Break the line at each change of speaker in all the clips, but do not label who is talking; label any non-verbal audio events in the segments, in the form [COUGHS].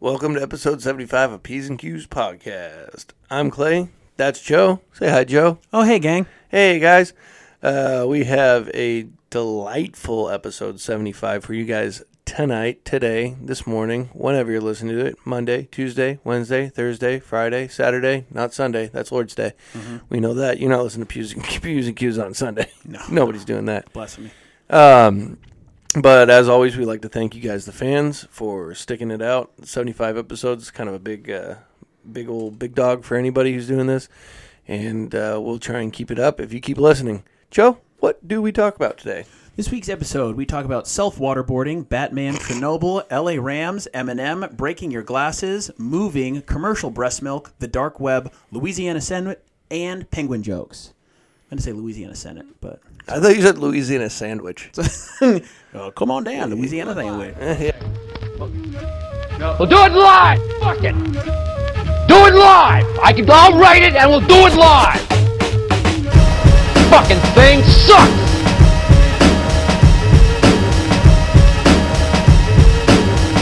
Welcome to episode 75 of P's and Q's podcast. I'm Clay. That's Joe. Say hi, Joe.
Oh, hey, gang.
Hey, guys. Uh, we have a delightful episode 75 for you guys tonight, today, this morning, whenever you're listening to it Monday, Tuesday, Wednesday, Thursday, Friday, Saturday, not Sunday. That's Lord's Day. We know that. You're not listening to P's and, P's and Q's on Sunday.
No.
[LAUGHS] Nobody's doing that.
Bless me.
Um, but as always, we like to thank you guys, the fans, for sticking it out. Seventy-five episodes, is kind of a big, uh, big old big dog for anybody who's doing this, and uh, we'll try and keep it up if you keep listening. Joe, what do we talk about today?
This week's episode, we talk about self waterboarding, Batman, Chernobyl, LA Rams, Eminem, breaking your glasses, moving, commercial breast milk, the dark web, Louisiana Senate, and penguin jokes. I'm going to say Louisiana Senate, but.
I thought you said Louisiana sandwich.
Oh, come on down, Louisiana thing. Wait.
We'll do it live. Fuck it. Do it live. I can. I'll write it, and we'll do it live. Fucking thing sucks.
[LAUGHS]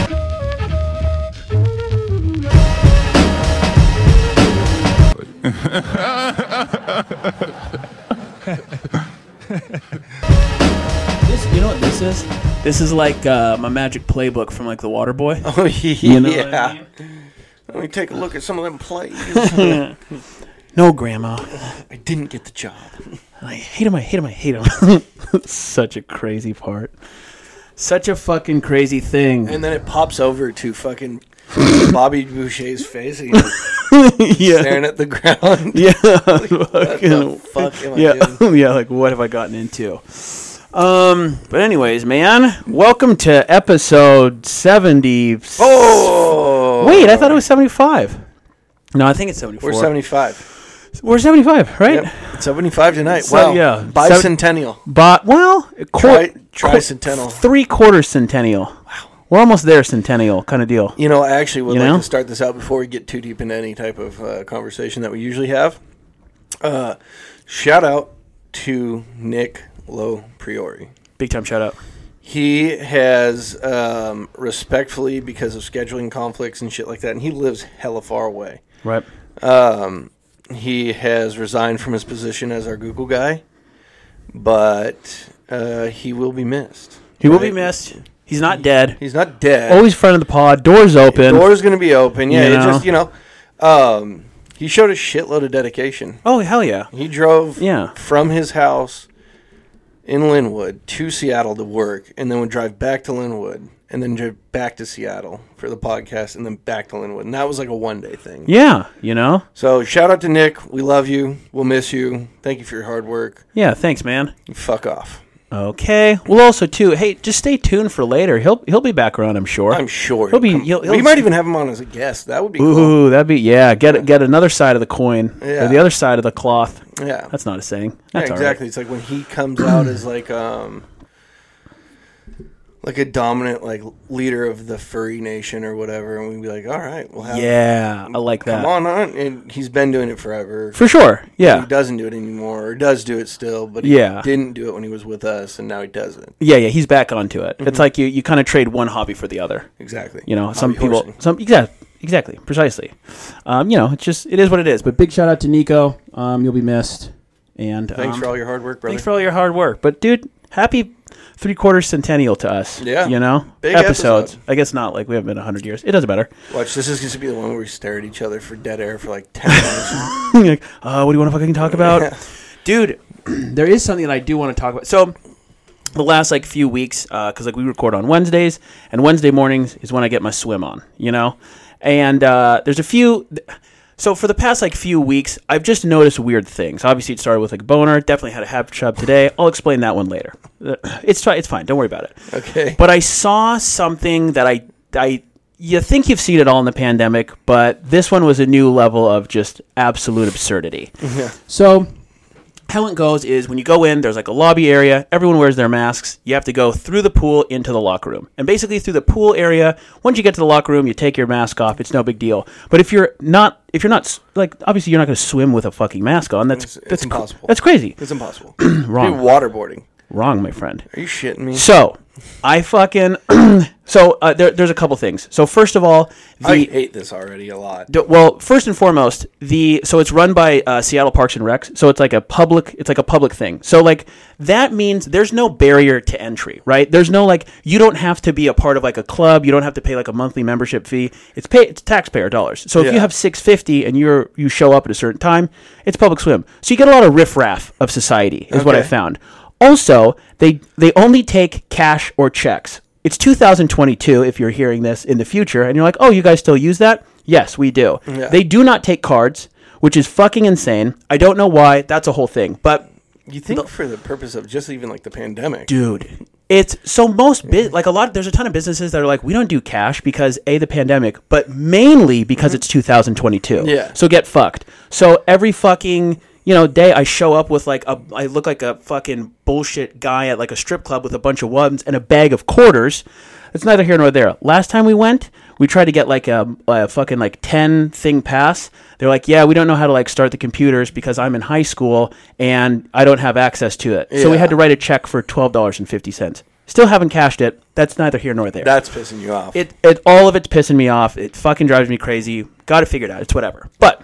This, you know what this is? This is like uh, my magic playbook from like The Water Boy.
[LAUGHS] oh yeah.
You know what I mean?
Let me take a look at some of them
[LAUGHS]
plays.
No, Grandma.
I didn't get the job.
I hate him. I hate him. I hate him. [LAUGHS] Such a crazy part. Such a fucking crazy thing.
And then it pops over to fucking Bobby Boucher's face. And he's
[LAUGHS] yeah.
staring at the
[LAUGHS]
ground.
Yeah.
What the
fucking,
fuck am I doing?
yeah. [LAUGHS] yeah. Like, what have I gotten into? Um. But anyways, man, welcome to episode seventy.
Oh,
Wait, I thought it was seventy-five. No, I think it's seventy-four.
we're seventy-five.
We're seventy-five, right?
Yep, it's [LAUGHS] seventy-five tonight.
So,
wow,
yeah.
bicentennial.
But well,
Tri-
quar-
tricentennial.
three quarters centennial. Wow. We're almost there, centennial kind of deal.
You know, I actually would
You
like
know?
to start this out before we get too deep into any type of uh, conversation that we usually have. Uh, shout out to Nick Low Priori.
Big time shout out.
He has um, respectfully, because of scheduling conflicts and shit like that, and he lives hella far away. um,
Right.
he has resigned from his position as our Google guy, but uh, he will be missed.
He will be
Right?
missed. He's not dead.
He's not dead.
Always friend of the pod. Doors open.
Door's going to be open. Yeah,
You
it
know?
just, you know, um, he showed a shitload of dedication.
Oh hell yeah!
He drove
Yeah.
from his house in Linwood to Seattle to work, and then would drive back to Linwood, and then drive back to Seattle for the podcast, and then back to Linwood. And that was like a one day thing.
Yeah, you know.
So shout out to Nick. We love you. We'll miss you. Thank you for your hard work.
Yeah, thanks, man.
Fuck off.
Okay. Well, also too. Hey, just stay tuned for later. He'll he'll be back around. I'm sure.
I'm sure
He'll be-
come-
he'll-
we
he'll-
might even have him on as a guest. That would be cool.
Ooh, that'd be yeah. Get get another side of the coin.
Yeah.
Or the other side of the cloth.
Yeah,
That's not a saying.
yeah
That's all right.
exactly. It's like when he comes out as [CLEARS THROAT] like um like a dominant like leader of the furry nation or whatever, and we'd be like, all right, we'll have
Yeah, I like that.
Come on, on, and he's been doing it forever.
For sure.
He
Yeah.
doesn't do it anymore, or does do it still, but he
Yeah.
didn't do it when he was with us, and now he doesn't.
Yeah, yeah. He's back onto it. It's like you you kind of trade one hobby for the other.
Exactly.
You know, some
Mm-hmm. Hobby
people,
horsing.
some exactly, exactly, precisely. Um, you know, it's just it is what it is. But big shout out to Nico. Um, you'll be missed. And
Thanks
um,
for all your hard work, brother.
thanks for all your hard work. But dude, happy three quarter centennial to us.
Yeah.
you know,
Big
episodes.
episode.
I guess not. Like we haven't been hundred years. It doesn't matter. [LAUGHS]
Watch, this is going to be the one where we stare at each other for dead air for like ten minutes.
[LAUGHS] like, uh, what do you want to fucking talk about, dude? [CLEARS THROAT] there is something that I do want to talk about. So the last like few weeks, because like we record on Wednesdays, and Wednesday mornings is when I get my swim on. You know, and uh, there's a few. So for the past like few weeks, I've just noticed weird things. Obviously, it started with like boner. Definitely had a hap chub today. I'll explain that one later. Uh, It's fi- it's fine. Don't worry about it.
Okay.
But I saw something that I I you think you've seen it all in the pandemic, but this one was a new level of just absolute absurdity. So how it goes is when you go in, there's like a lobby area. Everyone wears their masks. You have to go through the pool into the locker room. And basically, through the pool area, once you get to the locker room, you take your mask off. It's no big deal. But if you're not, if you're not, s- like, obviously, you're not going to swim with a fucking mask on. That's,
it's
that's cr-
impossible.
That's crazy. [CLEARS THROAT]
It's impossible.
Wrong.
Dude, waterboarding.
Wrong, my friend.
Are you shitting me?
So I fucking [CLEARS THROAT] so uh, there, there's a couple things. So first of all, the
I hate this already a lot.
D- well, first and foremost, the so it's run by uh, Seattle Parks and Recs, so it's like a public, it's like a public thing. So like that means there's no barrier to entry, right? There's no like you don't have to be a part of like a club, you don't have to pay like a monthly membership fee. It's pay it's taxpayer dollars. So if
Yeah.
you have six fifty and you're you show up at a certain time, it's public swim. So you get a lot of riffraff of society, is what I
Okay.
found. Also, they they only take cash or checks. It's 2022 if you're hearing this in the future and you're like, "Oh, you guys still use that?" Yes, we do. They do not take cards, which is fucking insane. I don't know why. That's a whole thing. But
You think for the purpose of just even like the pandemic?
dude, it's so most bu- like a lot there's a ton of businesses that are like, "We don't do cash because a the pandemic, but mainly because it's 2022."
Mm-hmm. Yeah.
So get fucked. So every fucking you know day I show up with like a I look like a fucking bullshit guy at like a strip club with a bunch of ones and a bag of quarters. It's neither here nor there. Last time we went, we tried to get like a, a fucking like ten thing pass. They're like, yeah, we don't know how to like start the computers because I'm in high school and I don't have access to it. So we
Yeah.
had to write a check for twelve dollars and fifty cents. Still haven't cashed it. That's neither here nor there.
That's pissing you off.
It, it all of it's pissing me off. It fucking drives me crazy. Got it figured out. It's whatever. But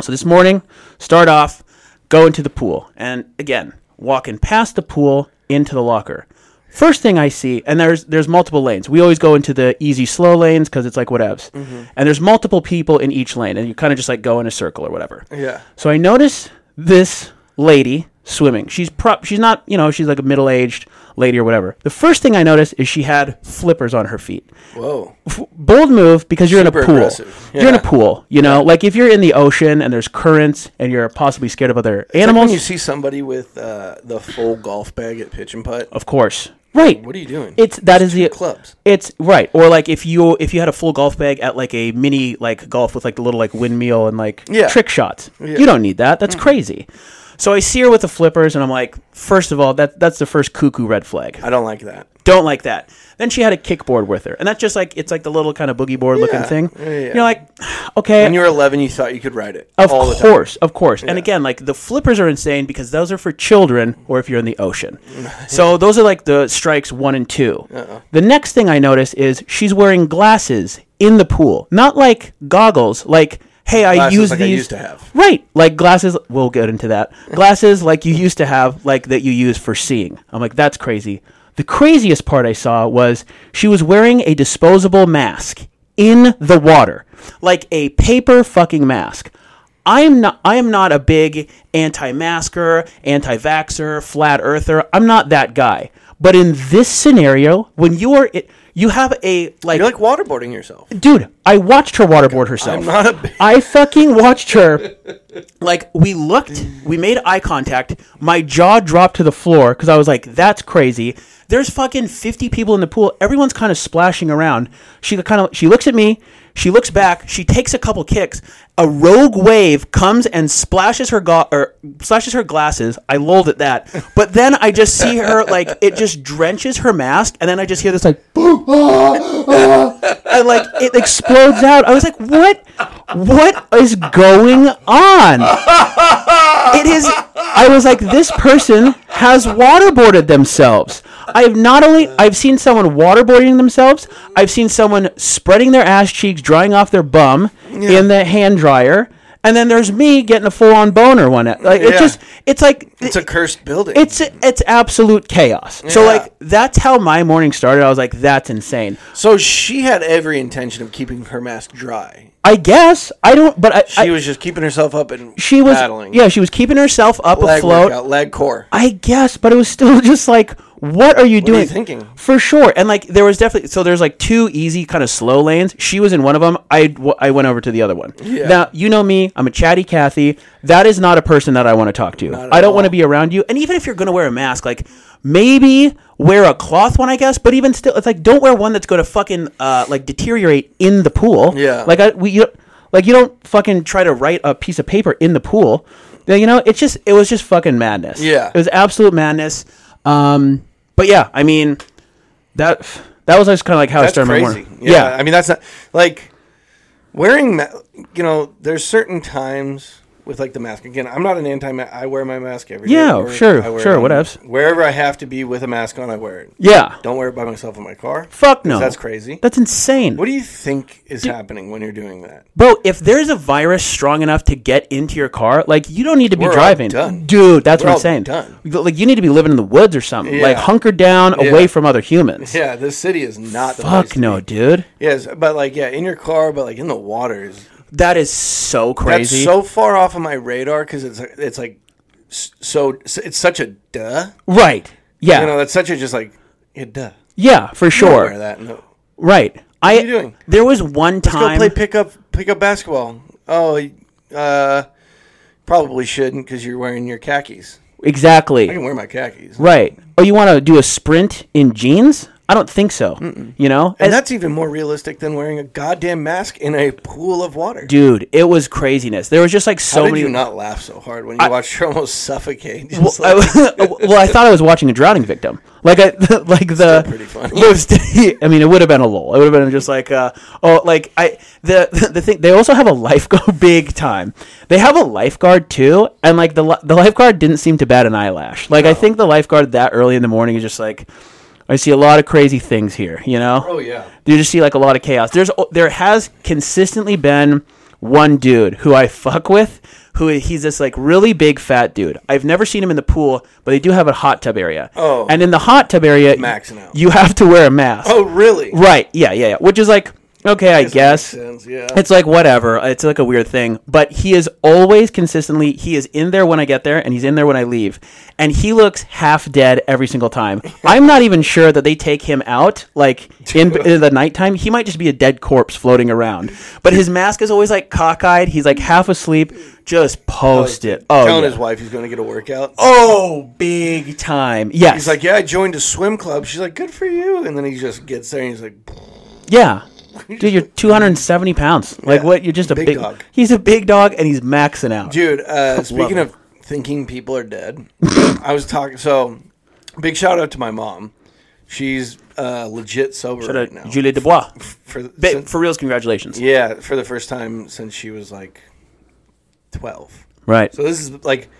so this morning, start off, go into the pool, and again, walking past the pool into the locker. First thing I see, and there's there's multiple lanes. We always go into the easy slow lanes because it's like whatevs. And there's multiple people in each lane, and you kind of just like go in a circle or whatever.
yeah.
So I notice this lady swimming. She's prop. She's not, you know, she's like a middle aged lady or whatever. The first thing I notice is she had flippers on her feet.
Whoa.
F- bold move because you're in
Super
a pool.
aggressive.
You're in a
Yeah.
pool. You know, like if you're in the ocean and there's currents and you're possibly scared of other
It's like
animals.
when you see somebody with uh, the full golf bag at pitch and putt.
of course, right.
What are you doing?
It's that is the
clubs.
It's right, or like if you if you had a full golf bag at like a mini like golf with like the little like windmill and like
Yeah.
trick shots.
Yeah. Mm.
You don't need that. That's crazy. So I see her with the flippers, and I'm like, first of all, that that's the first cuckoo red flag.
I don't like that.
Don't like that. Then she had a kickboard with her, and that's just like it's like the little kind of boogie board looking
Yeah.
thing.
Yeah, yeah.
You're like, okay,
When you were 11, you thought you could ride it.
of
all the time.
course, of course. And again, like the flippers are insane because those are for children or if you're in the
[LAUGHS]
ocean. so those are like the strikes one and 2 The next thing I notice is she's wearing glasses in the pool, not like goggles. Like, hey, I
Glasses
use
like I
these.
used to have.
Right, like glasses. We'll get into that. Glasses like you used to have, like that you use for seeing. I'm like, that's crazy. The craziest part I saw was she was wearing a disposable mask in the water, like a paper fucking mask. I am not. I am not a big anti-masker, anti-vaxer, flat earther. I'm not that guy. But in this scenario, when you are, it, you have a like,
You're like waterboarding yourself.
dude. I watched her waterboard herself.
I'm not a big.
I fucking watched her. [LAUGHS] Like we looked, we made eye contact. My jaw dropped to the floor because I was like, "That's crazy." There's fucking fifty people in the pool. Everyone's kind of splashing around. She kind of she looks at me. She looks back. She takes a couple kicks. A rogue wave comes and splashes her go- or splashes her glasses. I lolled at that, but then I just see her like it just drenches her mask, and then I just hear this like and like it explodes out. I was like, "What? What is going on?" It is. I was like, "This person has waterboarded themselves." I have not only I've seen someone waterboarding themselves. I've seen someone spreading their ass cheeks, drying off their bum in the hand dryer, and then there's me getting a full on boner one. Like it
Yeah.
just, it's like
It's a cursed building.
it's it's absolute chaos. So
Yeah.
like that's how my morning started. I was like, "That's insane."
so she had every intention of keeping her mask dry.
I guess I don't, but I,
She
I-
was just keeping herself up and
she was
battling.
yeah she was keeping herself up
leg
afloat
workout, leg core.
i guess but it was still [LAUGHS] just like what are you
are
doing
you thinking?
for sure and like there was definitely so there's like two easy kind of slow lanes she was in one of them i, w- I went over to the other one
Yeah.
now you know me i'm a chatty cathy that is not a person that i want to talk to
at
i don't want to
all.
be around you and even if you're going to wear a mask like maybe wear a cloth one i guess but even still it's like don't wear one that's going to fucking uh, like deteriorate in the pool
Yeah.
like I, we, you don't- like you don't fucking try to write a piece of paper in the pool. Then, You know, it's just it was just fucking madness.
Yeah.
it was absolute madness. Um, but yeah, I mean that that was just kind of like how I
That's
started
crazy.
my morning.
Yeah, I mean that's not like wearing. Ma- you know, there's certain times with like the mask. Again, I'm not an anti mask. I wear my mask every day.
Yeah,
Wherever
sure,
I wear
sure,
it on-
whatevs.
Wherever I have to be with a mask on, I wear it.
Yeah.
Don't wear it by myself in my car.
Fuck
'cause
no.
That's crazy.
That's insane.
what do you think is happening when you're doing that?
Bro, if there's a virus strong enough to get into your car, like you don't need to be
We're all
driving.
done.
Dude, that's
We're
what
all
I'm saying.
done.
Like you need to be living in the woods or something.
Yeah.
Like hunker down
Yeah.
away from other humans.
Yeah, this city is not the place
Fuck
to
no,
be.
dude.
Yes, but like yeah, in your car, but like in the water is
That is so
that's
crazy.
so far off of my radar because it's it's like s- so it's such a duh.
right. Yeah.
You know, that's such a just like yeah, duh.
yeah, for
Don't wear
sure.
that. No.
Right. I
you doing?
there was one
Go
time
play pickup pickup basketball. Oh, uh, probably shouldn't because you're wearing your khakis.
exactly.
I can wear my khakis,
Right. Oh, you want to do a sprint in jeans? I don't think so. You know?
and that's even more realistic than wearing a goddamn mask in a pool of water.
dude, it was craziness. There was just like so
How did
many
you not laugh so hard when you watched her almost suffocate? Just
I,
like-
[LAUGHS] well, I thought I was watching a drowning victim. Like I [LAUGHS] like the
pretty funny.
[LAUGHS] the- I mean, it would have been a lull. It would have been just like uh, oh, like I the, [LAUGHS] the thing. They also have a lifeguard. [LAUGHS] Big time. They have a lifeguard too, and like the li- the lifeguard didn't seem to bat an eyelash. Like I think the lifeguard that early in the morning is just like. I see a lot of crazy things here, you know.
Oh, yeah.
You just see like a lot of chaos. There's there has consistently been one dude who I fuck with, who he's this like really big fat dude. I've never seen him in the pool, but they do have a hot tub area.
Oh.
and in the hot tub area,
Maxing out.
you have to wear a mask.
[LAUGHS] oh, really?
right. Yeah, yeah, yeah. Which is like okay, I guess.
Sense, yeah.
It's like whatever. It's like a weird thing, but he is always consistently. He is in there when I get there, and he's in there when I leave, and he looks half dead every single time. I'm not even sure that they take him out like
[LAUGHS]
in, in the nighttime. He might just be a dead corpse floating around. But his mask is always like cockeyed. He's like half asleep. Just post it. Oh,
Telling
yeah.
his wife he's going to get a workout.
oh, big time. Yes.
He's like, yeah, I joined a swim club. She's like, good for you. And then he just gets there and he's like,
Yeah. Dude, you're 270 pounds. Like
Yeah.
what? You're just a
Big
big,
dog.
He's a big dog, and he's maxing out.
dude.
[LAUGHS]
Uh, speaking
it.
of thinking people are dead, I was talking. So, big shout out to my mom. She's uh, legit sober right now.
Julie
[LAUGHS]
Dubois.
for, the-
Ba-
since-
for reals, congratulations.
yeah, for the first time since she was like twelve.
Right.
So this is like,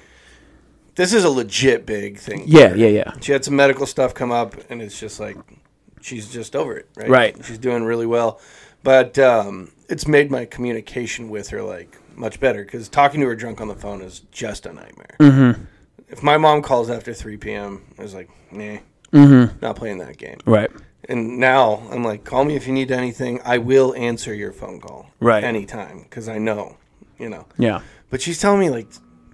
this is a legit big thing. for
yeah,
her.
yeah, yeah.
She had some medical stuff come up, and it's just like she's just over it, right?
Right.
She's doing really well, but um, it's made my communication with her like much better because talking to her drunk on the phone is just a nightmare. Mm-hmm. If my mom calls after three p.m., I was like, nah, mm-hmm. not playing that game.
Right.
And now I'm like, call me if you need anything. I will answer your phone call,
Right.
anytime because I know, you know.
Yeah.
But she's telling me like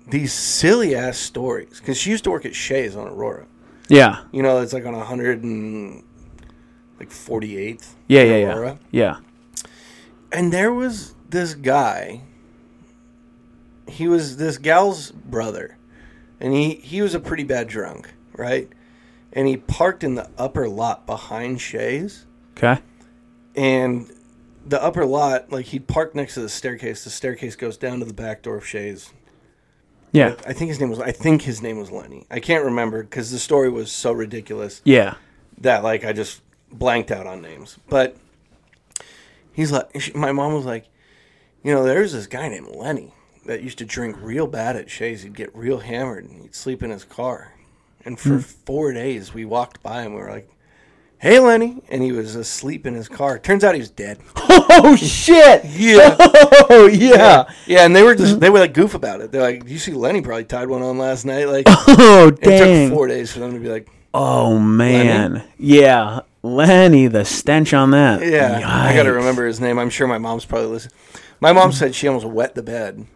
these silly ass stories because she used to work at Shays on Aurora.
Yeah.
You know, it's like on a hundred and like forty eighth.
Yeah, yeah, yeah. Yeah.
And there was this guy. He was this gal's brother, and he he was a pretty bad drunk, right? And he parked in the upper lot behind Shay's,
Okay.
and the upper lot, like he'd parked next to the staircase. The staircase goes down to the back door of Shay's.
Yeah.
I think his name was I think his name was Lenny. I can't remember because the story was so ridiculous. [LAUGHS]
Yeah.
that like I just blanked out on names. But he's like, she, my mom was like, you know, there's this guy named Lenny that used to drink real bad at Shays. He'd get real hammered and he'd sleep in his car. And
Hmm.
for four days, we walked by and we were like, "Hey, Lenny!" And he was asleep in his car. Turns out he was
[LAUGHS]
dead.
Oh
[LAUGHS]
shit.
Yeah.
Oh yeah.
yeah. And they were
Mm-hmm.
just they were like goof about it. They're like, "You see, Lenny probably tied one on last night." Like,
Oh
it
dang.
took four days for them to be like,
Oh man. Yeah. Lenny, the stench on that.
Yeah, I gotta
Yikes.
remember his name. I'm sure my mom's probably listening. My mom said she almost wet the bed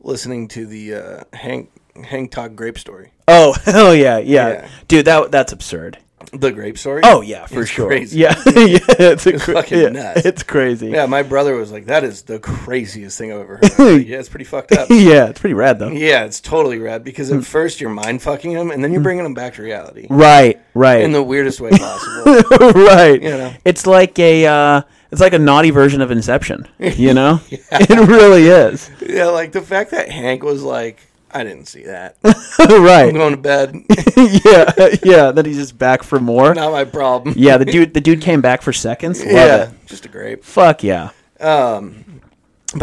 listening to the uh, Hank Hank Todd grape story.
Oh [LAUGHS] hell yeah, yeah,
Yeah.
dude. That that's absurd.
The grape story.
Oh yeah, for
It's
sure.
crazy.
Yeah, [LAUGHS] yeah. It's, a cra-
fucking
yeah,
nuts.
It's crazy.
Yeah, my brother was like, "That is the craziest thing I've ever heard." I was
[LAUGHS]
like, yeah, it's pretty fucked up.
[LAUGHS] yeah. It's pretty rad though.
Yeah, it's totally rad because at first you're mind fucking him, and then you're bringing him back to reality
Hmm. Right. Right.
in the weirdest way
[LAUGHS]
possible.
right.
know.
It's like a uh, it's like a naughty version of Inception.
[LAUGHS]
You know, it really is. [LAUGHS]
yeah, like the fact that Hank was like, "I didn't see
[LAUGHS]
that. I'm [LAUGHS]
right. [LAUGHS]
going to bed.
yeah. Yeah. Then he's just back for more.
Not my problem."
Yeah. The dude. The dude came back for seconds. Love
yeah,
it.
just a grape.
Fuck yeah.
But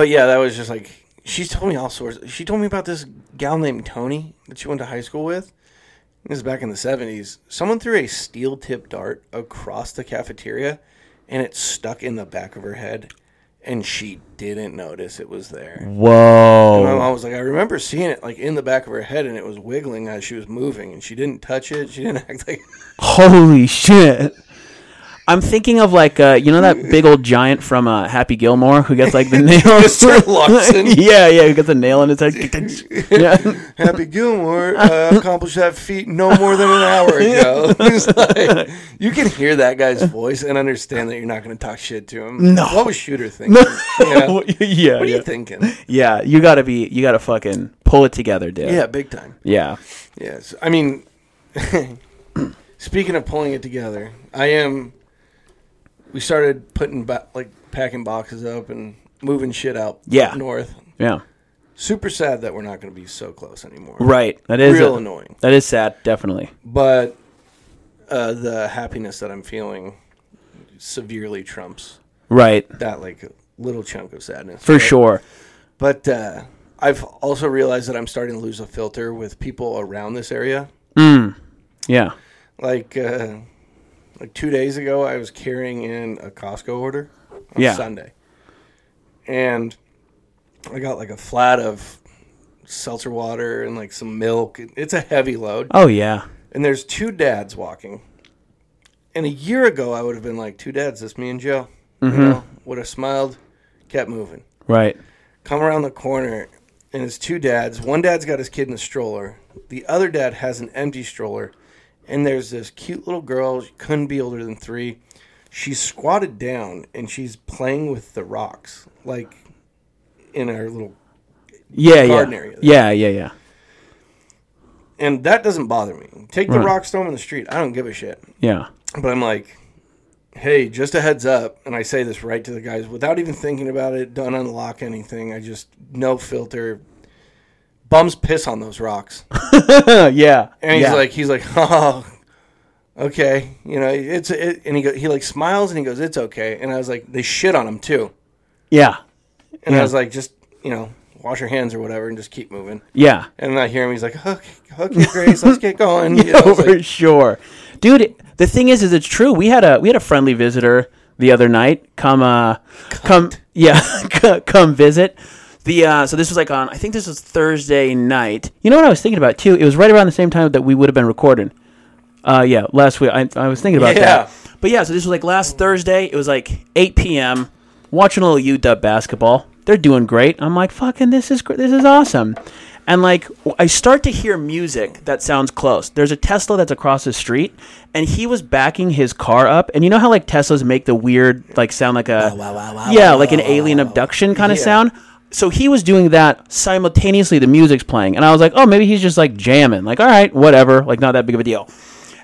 yeah, that was just like she's told me all sorts. She told me about this gal named Tony that she went to high school with. This is back in the seventies. Someone threw a steel tip dart across the cafeteria, and it stuck in the back of her head, and she didn't notice it was there. My
Whoa.
mom was like, I remember seeing it like in the back of her head, and it was wiggling as she was moving, and she didn't touch it. She didn't [LAUGHS] act like.
Holy shit. I'm thinking of like uh, you know that big old giant from uh, Happy Gilmore who
[LAUGHS]
gets like the nail. [LAUGHS]
Mr. Larson.
yeah, yeah, who gets a nail in his
[LAUGHS]
head. [LAUGHS] yeah.
Happy Gilmore uh, accomplished that feat no more than an
[LAUGHS]
hour ago. [LAUGHS] It's like, you can hear that guy's voice and understand that you're not going to talk shit to him.
No.
What was Shooter thinking? Yeah.
[LAUGHS]
What
[LAUGHS] yeah, yeah,
are you
yeah.
thinking?
yeah. You gotta be, you gotta fucking pull it together, dude.
Yeah, big time.
yeah.
Yes. I mean, [CLEARS THROAT] speaking of pulling it together, I am. We started putting, ba- like, packing boxes up and moving shit out
Yeah.
north.
Yeah.
Super sad that we're not going to be so close anymore.
Right. That is
Real
a-
annoying.
That is sad. Definitely.
but uh, the happiness that I'm feeling severely trumps
Right.
that like little chunk of sadness
For
But-
sure.
But uh, I've also realized that I'm starting to lose a filter with people around this area.
Yeah.
Like uh, like two days ago, I was carrying in a Costco order on
Yeah.
Sunday, and I got like a flat of seltzer water and like some milk. It's a heavy load.
Oh yeah.
and there's two dads walking. And a year ago, I would have been like, two dads, that's me and Joe. You know, would have smiled, kept moving.
Right.
Come around the corner, and it's two dads. One dad's got his kid in a stroller, the other dad has an empty stroller. And there's this cute little girl, she couldn't be older than three. She's squatted down and she's playing with the rocks, like in our little.
Yeah.
Garden
yeah.
area.
Yeah. Yeah. Yeah.
And that doesn't bother me. Take the
Right.
rocks, throw them in the street. I don't give a shit. [LAUGHS]
Yeah.
but I'm like, hey, just a heads up, and I say this right to the guys without even thinking about it. Don't unlock anything. I just no filter. Bums piss on those rocks,
Uh, yeah.
and he's
yeah.
like, he's like, [LAUGHS] oh, okay, you know, it's it, and he go, he like smiles and he goes, it's okay, and I was like, they shit on him too,
yeah.
and I
Yeah.
was like, just you know, wash your hands or whatever, and just keep moving.
Yeah.
And I hear him, he's like, okay, okay, Grace, let's get
[LAUGHS]
going. You know, I
Oh,
was
for
like,
sure, dude. The thing is, is it's true. We had a we had a friendly visitor the other night come uh come yeah [LAUGHS] c- come visit. The uh, so this was like on I think this was Thursday night. You know what I was thinking about too? It was right around the same time that we would have been recording. Uh, yeah, last week I, I was thinking about that.
Yeah.
But yeah, so this was like last Thursday. It was like 8 p.m. Watching a little UW basketball. They're doing great. I'm like, fucking, this is gr- this is awesome. And like, w- I start to hear music that sounds close. There's a Tesla that's across the street, and he was backing his car up. And you know how like Teslas make the weird like sound like a
Oh, wow, wow, wow,
yeah,
wow,
like an
wow,
alien
wow, wow.
abduction kind of
Yeah.
sound. So he was doing that simultaneously. The music's playing, and I was like, oh, maybe he's just like jamming. Like, all right, whatever. Like, not that big of a deal.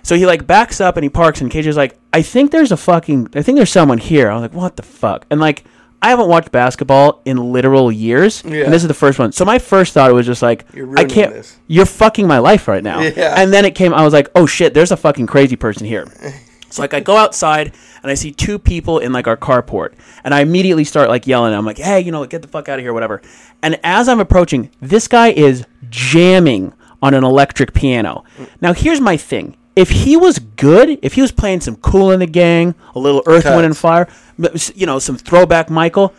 So he like backs up and he parks, and Cage is like, I think there's a fucking, I think there's someone here. I was like, what the fuck? And like, I haven't watched basketball in literal years,
Yeah.
and this is the first one. So my first thought was just like,
You're
I
ruining
can't.
this.
You're fucking my life right
[LAUGHS]
now.
Yeah.
And then it came. I was like, oh shit, there's a fucking crazy
[LAUGHS]
person here. So like I go outside and I see two people in like our carport and I immediately start like yelling. I'm like, hey, you know, get the fuck out of here, whatever. And as I'm approaching, this guy is jamming on an electric piano. Now here's my thing. If he was good, if he was playing some cool in the gang, a little Earth, Wind and
Cuts.
Fire, but, you know, some throwback Michael,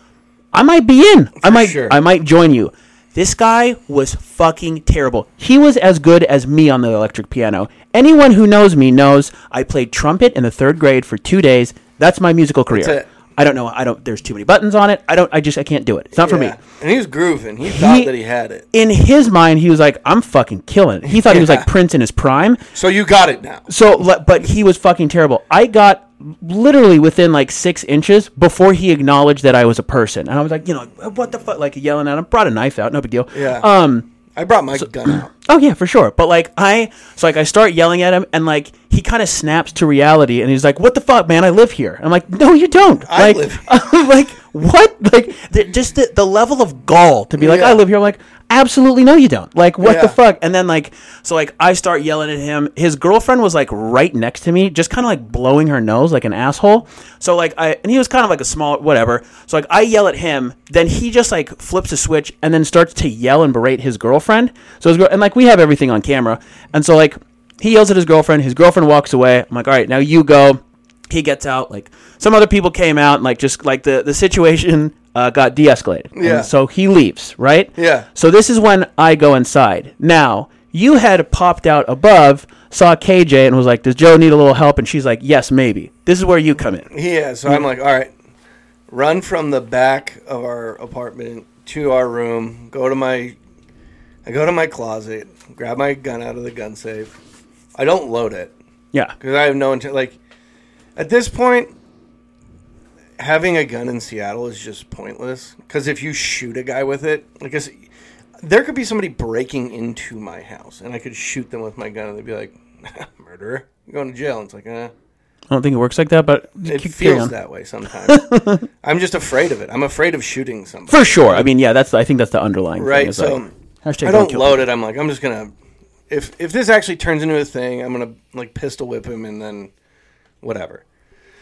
I might be in. I might
sure.
I might join you. This guy was fucking terrible. He was as good as me on the electric piano. Anyone who knows me knows I played trumpet in the third grade for two days. That's my musical career.
That's it.
I don't know. I don't. There's too many buttons on it. I don't. I just. I can't do it. It's not for me.
Yeah. and he was grooving. He thought that he had it.
In his mind, he was like, "I'm fucking killing." it." He thought he was
Yeah.
like Prince in his prime.
So you got it now.
So, le- but he was fucking terrible. I got literally within like six inches before he acknowledged that I was a person, and I was like, you know, what the fuck, like yelling at him. Brought a knife out, no big deal.
Yeah.
Um.
I brought my gun out.
Oh yeah, for sure. But like I, so like I start yelling at him, and like he kind of snaps to reality, and he's like, "What the fuck, man? I live here." I'm like, "No, you don't.
I
[LAUGHS] like,
live
I'm like what? Like the, just the, the level of gall to be like,
Yeah.
I live here. I'm like, absolutely no you don't like what
Yeah.
the fuck and then like so like i start yelling at him his girlfriend was like right next to me just kind of like blowing her nose like an asshole so like i and he was kind of like a small whatever so like i yell at him then he just like flips a switch and then starts to yell and berate his girlfriend so his girl and like we have everything on camera and so like he yells at his girlfriend his girlfriend walks away i'm like all right now you go he gets out like some other people came out and like just like the the situation uh, got de-escalated And
Yeah.
so he leaves right
Yeah.
so this is when I go inside. Now, you had popped out above, saw KJ, and was like, Does Joe need a little help? And she's like, Yes, maybe. This is where you come in.
[CLEARS THROAT] Yeah, so I'm like, all right, run from the back of our apartment to our room. Go to my, I go to my closet, grab my gun out of the gun safe. I don't load it
Yeah.
because I have no intent. Like at this point, having a gun in Seattle is just pointless. Because if you shoot a guy with it, like I s- there could be somebody breaking into my house, and I could shoot them with my gun, and they'd be like, [LAUGHS] murderer, you're going to jail. And it's like, eh
I don't think it works like that, but
it
keep carry
feels
on.
that way sometimes.
[LAUGHS]
I'm just afraid of it. I'm afraid of shooting somebody.
For sure. I mean, yeah, that's I think that's the underlying thing.
right?
is,
So
like, hashtag
I don't
kill
load
people.
it. I'm like, I'm just gonna. If if this actually turns into a thing, I'm gonna like pistol whip him and then whatever.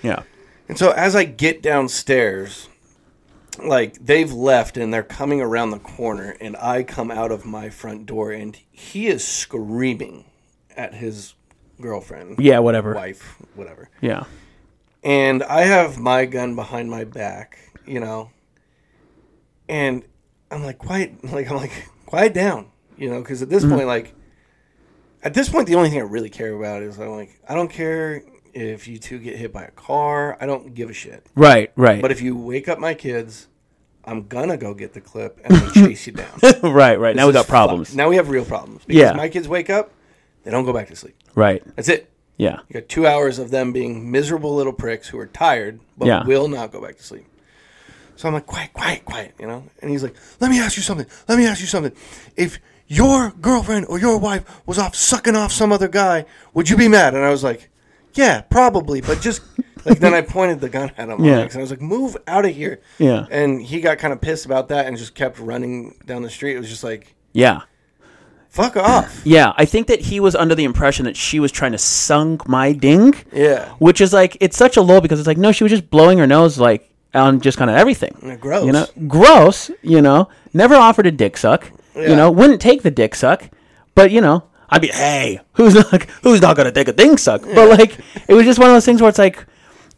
Yeah.
And so as I get downstairs, like they've left and they're coming around the corner, and I come out of my front door, and he is screaming at his girlfriend,
Yeah, whatever.
wife, whatever.
Yeah.
and I have my gun behind my back, you know, and I'm like quiet, [LAUGHS] like I'm like quiet down, you know, because at this
Mm-hmm.
point, like, at this point, the only thing I really care about is I'm like I don't care if you two get hit by a car, I don't give a shit.
Right, right.
But if you wake up my kids, I'm gonna go get the clip and
[LAUGHS]
I'm gonna chase you down.
[LAUGHS] right, right. Now we
This
got
is
problems.
fucked. Now we have real problems because
Yeah.
my kids wake up, they don't go back to sleep.
Right.
That's it.
Yeah.
You got two hours of them being miserable little pricks who are tired but
Yeah.
will not go back to sleep. So I'm like, quiet, quiet, quiet, you know? And he's like, let me ask you something. Let me ask you something. If your girlfriend or your wife was off sucking off some other guy, would you be mad? And I was like, yeah, probably, but just
[LAUGHS]
like then I pointed the gun at him.
Yeah.
Alex, and I was like, move out of here.
Yeah.
And he got kind of pissed about that and just kept running down the street. It was just like,
Yeah.
fuck off.
Yeah, I think that he was under the impression that she was trying to sunk my ding.
Yeah.
Which is like it's such a lull because it's like no, she was just blowing her nose like on just kind of everything.
gross.
You know, gross, you know. Never offered a dick suck.
Yeah.
You know, wouldn't take the dick suck, but you know, I'd be hey, who's not who's not going to take a dick suck? But like it was just one of those things where it's like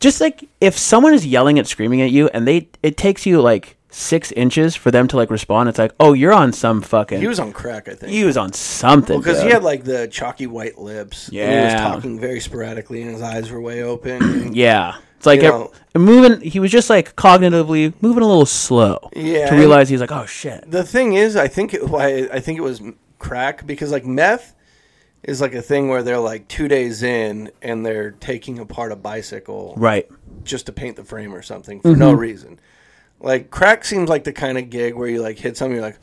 just like if someone is yelling and screaming at you and they it takes you like 6 inches for them to like respond, it's like, "Oh, you're on some fucking
He was on crack, I think.
he was on something."
Because he
dude.
had like the chalky white lips. and He was
Yeah.
talking very sporadically and his eyes were way open.
Yeah. It's like
You
ev-
know-
moving. He was just like cognitively moving a little slow.
Yeah,
To
and-
realize he's like, oh shit.
the thing is, I think it, why I think it was crack because like meth is like a thing where they're like two days in and they're taking apart a bicycle
Right. Mm-hmm.
just to paint the frame or something for no reason. Like crack seems like the kind of gig where you like hit something, you're like,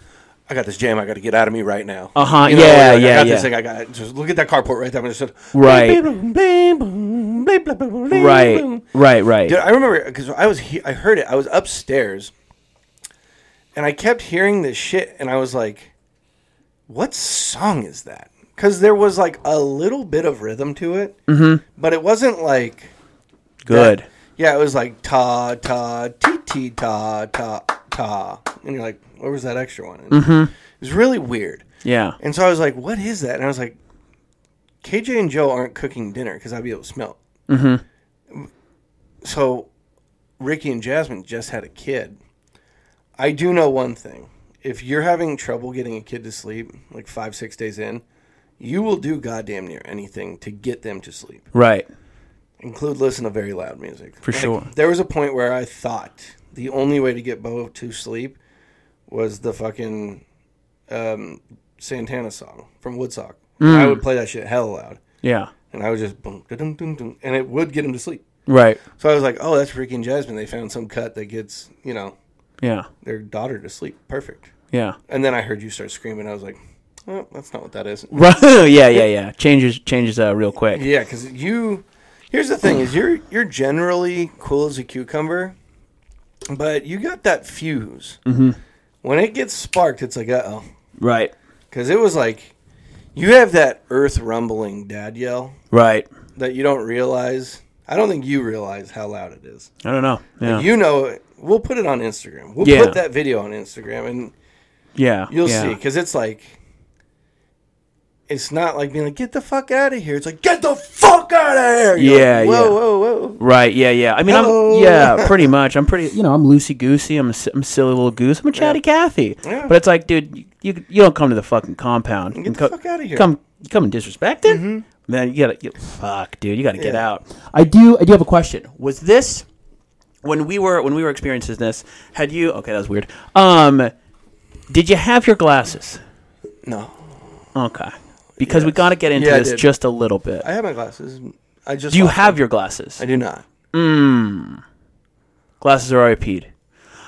I got this jam, I got to get out of me right now.
Uh-huh,
where you're
yeah,
like, I
yeah,
got this
yeah.
thing, I got it. Just look at that carport right there. And just
Right.
right,
Right. Right. Right.
Dude, I remember because I was he- I heard it. I was upstairs, and I kept hearing this shit, and I was like, "What song is that?" Because there was like a little bit of rhythm to it, mm-hmm. but it wasn't like
Good.
yeah, it was like ta ta ti ti ta ta ta, and you're like, "Where was that extra one?" Mm-hmm. It was really weird.
Yeah.
And so I was like, "What is that?" And I was like, "KJ and Joe aren't cooking dinner because I'd be able to smell." it." So Ricky and Jasmine just had a kid. I do know one thing: if you're having trouble getting a kid to sleep, like five six days in, you will do goddamn near anything to get them to sleep,
Right.
include listen to very loud music. For
sure.
There was a point where I thought the only way to get Bo to sleep was the fucking um, Santana song from Woodstock. I would play that shit hell loud,
Yeah.
and I would just boom, da-dum, dum, dum, and it would get him to sleep.
Right.
So I was like, "Oh, that's Ricky and Jasmine. They found some cut that gets you know
Yeah.
their daughter to sleep. Perfect."
Yeah. [LAUGHS]
And then I heard you start screaming. I was like, oh, "That's not what that is."
Right. yeah. Yeah. Yeah. Changes. Changes. Uh, real quick.
Yeah, because you. Here's the thing: is you're you're generally cool as a cucumber, but you got that fuse. Mm-hmm. When it gets sparked, it's like, uh oh,
Right.
because it was like you have that earth rumbling dad yell
Right.
that you don't realize. I don't think you realize how loud it is.
I don't know. Yeah.
You know, it. we'll put it on Instagram. We'll
Yeah.
put that video on Instagram, and
yeah.
you'll 'Cause
yeah.
see because it's like. It's not like being like, get the fuck out of here. It's like, get the fuck out of here. You're
Yeah,
like,
yeah.
Whoa, whoa, whoa.
Right. Yeah. Yeah. I mean,
Hello.
I'm yeah, pretty much. I'm pretty. You know, I'm loosey goosey. I'm a, si- I'm a silly little goose. I'm a chatty Cathy.
Yeah.
But it's like, dude, you- you you don't come to the fucking compound. Get
the fuck outta here. Mm-hmm.
Come you come and disrespect it. Man, you gotta you, fuck, dude. You gotta get
Yeah.
out. I do. I do have a question. Was this when we were when we were experiencing this? Had you? Okay, that was weird. Um, did you have your glasses?
No.
Okay. Because we got to get into
Yeah, I
this
did.
just a little bit.
I have my glasses. I just.
Do you
lost
have
them.
your glasses?
I do not.
Glasses are RIP'd.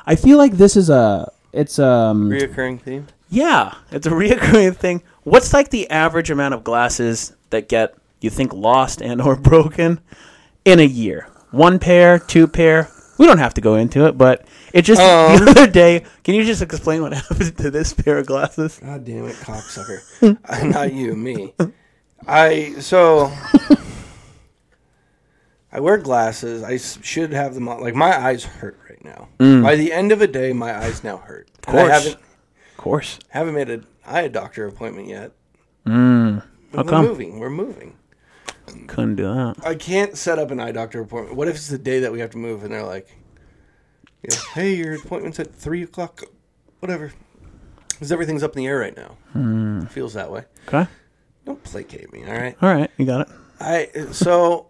I feel like this is a it's um
Reoccurring theme.
Yeah, it's a reoccurring thing. What's like the average amount of glasses that get you think lost and or [LAUGHS] broken in a year? One pair, two pair. We don't have to go into it, but it just
Oh.
[LAUGHS] the other day. Can you just explain what [LAUGHS] happened to this pair of glasses?
God damn it,
[LAUGHS]
cocksucker. Uh, Not you, me. I so I wear glasses. I s- should have them on. Like my eyes hurt right now. By the end of a day, my eyes now hurt. Of
Mm. course.
I haven't
Of course.
haven't made a eye doctor appointment yet. Mm.
How
we're
come?
moving. We're moving.
Couldn't do that.
I can't set up an eye doctor appointment. What if it's the day that we have to move and they're like, you know, "Hey, your appointment's at three o'clock." Whatever. Because everything's up in the air right now. Feels that way.
Okay.
Don't placate me, all right?
All right. You got it.
I so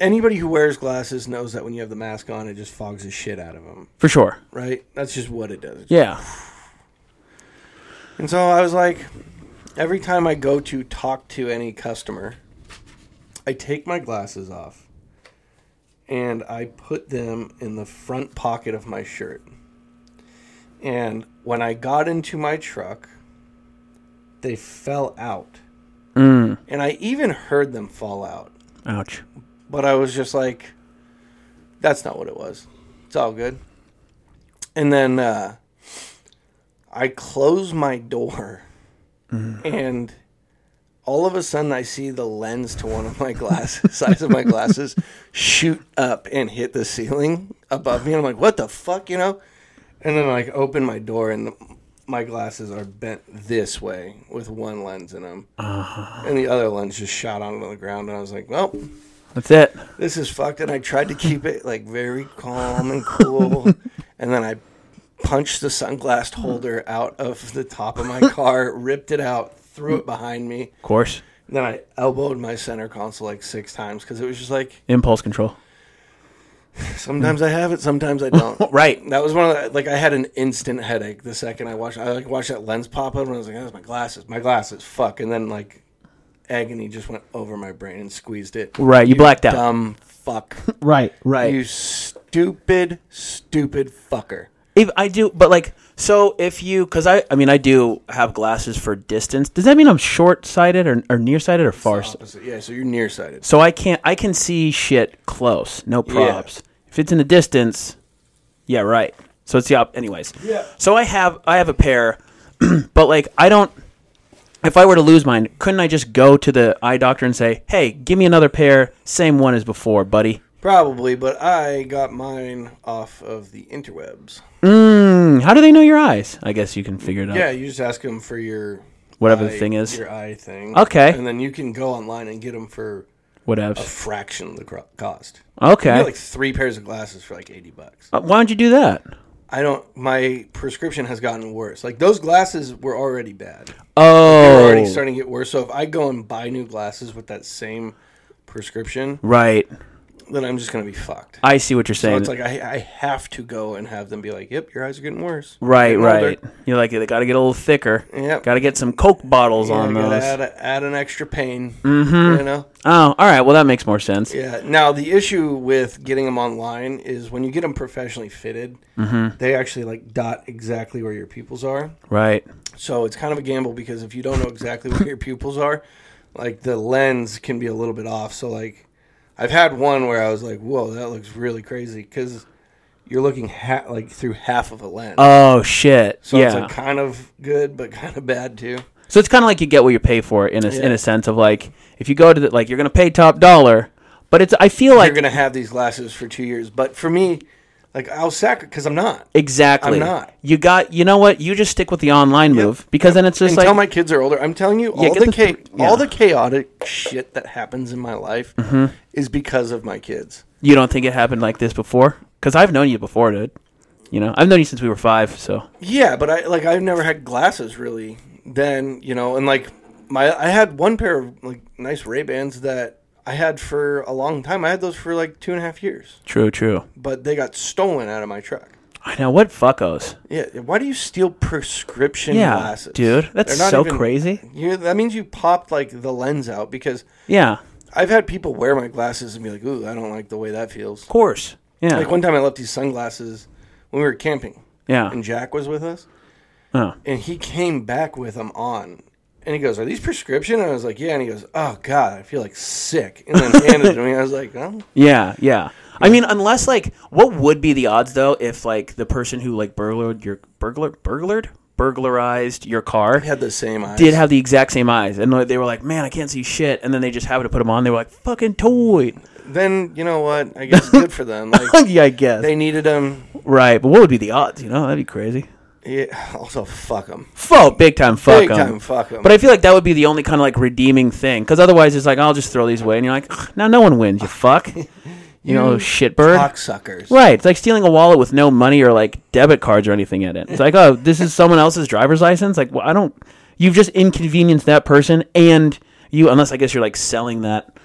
anybody who wears glasses knows that when you have the mask on, it just fogs the shit out of them,
For sure.
right? That's just what it does.
Yeah.
And so I was like, every time I go to talk to any customer, I take my glasses off and I put them in the front pocket of my shirt. And when I got into my truck, they fell out. And I even heard them fall out.
Ouch.
but I was just like, that's not what it was. It's all good. And then uh, I close my door, and all of a sudden I see the lens to one of my glasses, [LAUGHS] size of my glasses, shoot up and hit the ceiling above me. And I'm like, what the fuck, you know? And then I like open my door, and my glasses are bent this way with one lens in them, and the other lens just shot onto the ground. And I was like, well
That's it.
this is fucked and i tried to keep it like very calm and
[LAUGHS]
cool and then i punched the sunglass holder out of the top of my
[LAUGHS]
car ripped it out threw it behind me
Of course.
then i elbowed my center console like six times because it was just like
Impulse control.
sometimes i have it sometimes i don't
[LAUGHS] Right.
that was one of the, like i had an instant headache the second i watched i like watched that lens pop up and i was like that's my glasses my glasses fuck and then like agony just went over my brain and squeezed it
Right. You blacked out.
dumb fuck
right right
You stupid, stupid fucker.
If I do, but like, so if you, because I, I mean, I do have glasses for distance. Does that mean I'm short sighted or, or nearsighted or far? sighted?
Yeah, so you're nearsighted.
So I can't, I can see shit close. No
Yeah.
props. If it's in the distance, yeah, right. So it's the op. Anyways,
Yeah.
So I have, I have a pair, [CLEARS THROAT] but like, I don't. If I were to lose mine, couldn't I just go to the eye doctor and say, "Hey, give me another pair, same one as before, buddy"?
Probably, but I got mine off of the interwebs.
Hmm, how do they know your eyes? I guess you can figure it out.
Yeah, you just ask them for your
Whatever the
eye-
thing is.
your eye thing.
Okay.
and then you can go online and get them for a
Whatevs.
fraction of the cro- cost. You
Okay.
get like three pairs of glasses for like eighty bucks.
Uh, Why don't you do that?
I don't. My prescription has gotten worse. Like those glasses were already bad.
Oh,
They're already starting to get worse. So if I go and buy new glasses with that same prescription,
right.
then I'm just gonna be fucked.
I see what you're
So
saying.
it's like I, I have to go and have them be like, "Yep, your eyes are getting worse."
right,
Getting
right.
older.
You're like, they got to get a little thicker.
Yep.
Got to get some Coke bottles
Yeah,
on
you gotta
those.
add, a, add an extra pain. Mm-hmm. You know.
oh, all right. Well, that makes more sense.
Yeah. Now the issue with getting them online is when you get them professionally fitted,
Mm-hmm.
they actually like dot exactly where your pupils are.
Right.
So it's kind of a gamble because if you don't know exactly where your pupils are, like the lens can be a little bit off. So like, I've had one where I was like, "Whoa, that looks really crazy," because you're looking ha- like through half of a lens.
Oh shit!
so
yeah.
it's like kind of good, but [LAUGHS] kind of bad too.
so it's kind of like you get what you pay for in a in
Yeah.
a sense of like if you go to the, like you're gonna pay top dollar, but it's I feel like
you're gonna have these glasses for two years, but for me, like I'll sacrifice because I'm not.
exactly
I'm not.
you got you know what you just stick with the online move because then it's just
Until
like
my kids are older, I'm telling you,
Yeah,
all
get
the,
the
cha-
th- yeah. Mm-hmm.
all the chaotic shit that happens in my life is because of my kids.
you don't think it happened like this before because I've known you before, dude. You know I've known you since we were five, so
Yeah, but I like I've never had glasses really. Then you know, and like my I had one pair of like nice Ray Bans that I had for a long time. I had those for like two and a half years,
true, true.
but they got stolen out of my truck.
I know what fuckos.
Yeah, why do you steal prescription
Yeah,
glasses,
dude, that's
They're not
so crazy.
You that means you popped like the lens out because
Yeah, of
I've had people wear my glasses and be like, "Ooh, I don't like the way that feels."
course. Yeah,
Like one time, I left these sunglasses when we were camping,
yeah.
and Jack was with us,
Oh.
and he came back with them on. And he goes, "Are these prescription?" And I was like, "Yeah." And he goes, "Oh God, I feel like sick." And
[LAUGHS]
then handed it to me. I was like, "Oh,
Yeah, yeah. I mean, unless like, what would be the odds though if like the person who like burglared your burglar burglared burglarized your car
had the same eyes."
did have the exact same eyes, and like, they were like, "Man, I can't see shit," and then they just happened to put them on. They were like, "Fucking toy."
then you know what? I guess good for them. Like
[LAUGHS] yeah, I guess.
they needed them.
right, but what would be the odds? You know, that'd be crazy.
Yeah, also, fuck them.
Fuck, big time, fuck
Big
'em.
time fuck 'em.
But I feel like that would be the only kind of like redeeming thing, because otherwise it's like I'll just throw these away, and you're like, "Ugh, now no one wins.
[LAUGHS]
You fuck, you, know, shitbird.
Cocksuckers.
Right. It's like stealing a wallet with no money or like debit cards or anything in it. It's like, oh, this is someone else's driver's license. Like, well, I don't. You've just inconvenienced that person, and you, unless I guess you're like selling that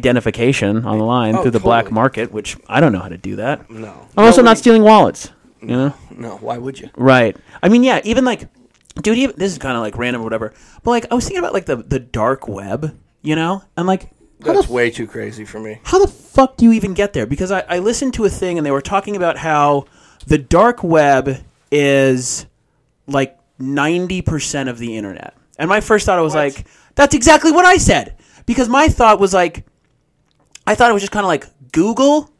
identification on the line through the black
Oh, totally.
market, which I don't know how to do that.
No.
I'm also not
Nobody-
stealing wallets. You know.
No, why would you?
Right. I mean, yeah, even like, dude, even, this is kind of like random or whatever. But like, I was thinking about like the the dark web, you know, and like. how the
That's way too crazy for me.
how the fuck do you even get there? Because I, I listened to a thing and they were talking about how the dark web is like 90% of the internet. And my first thought I was like, that's exactly what I said. Because my thought was like, I thought it was just kind of like Google.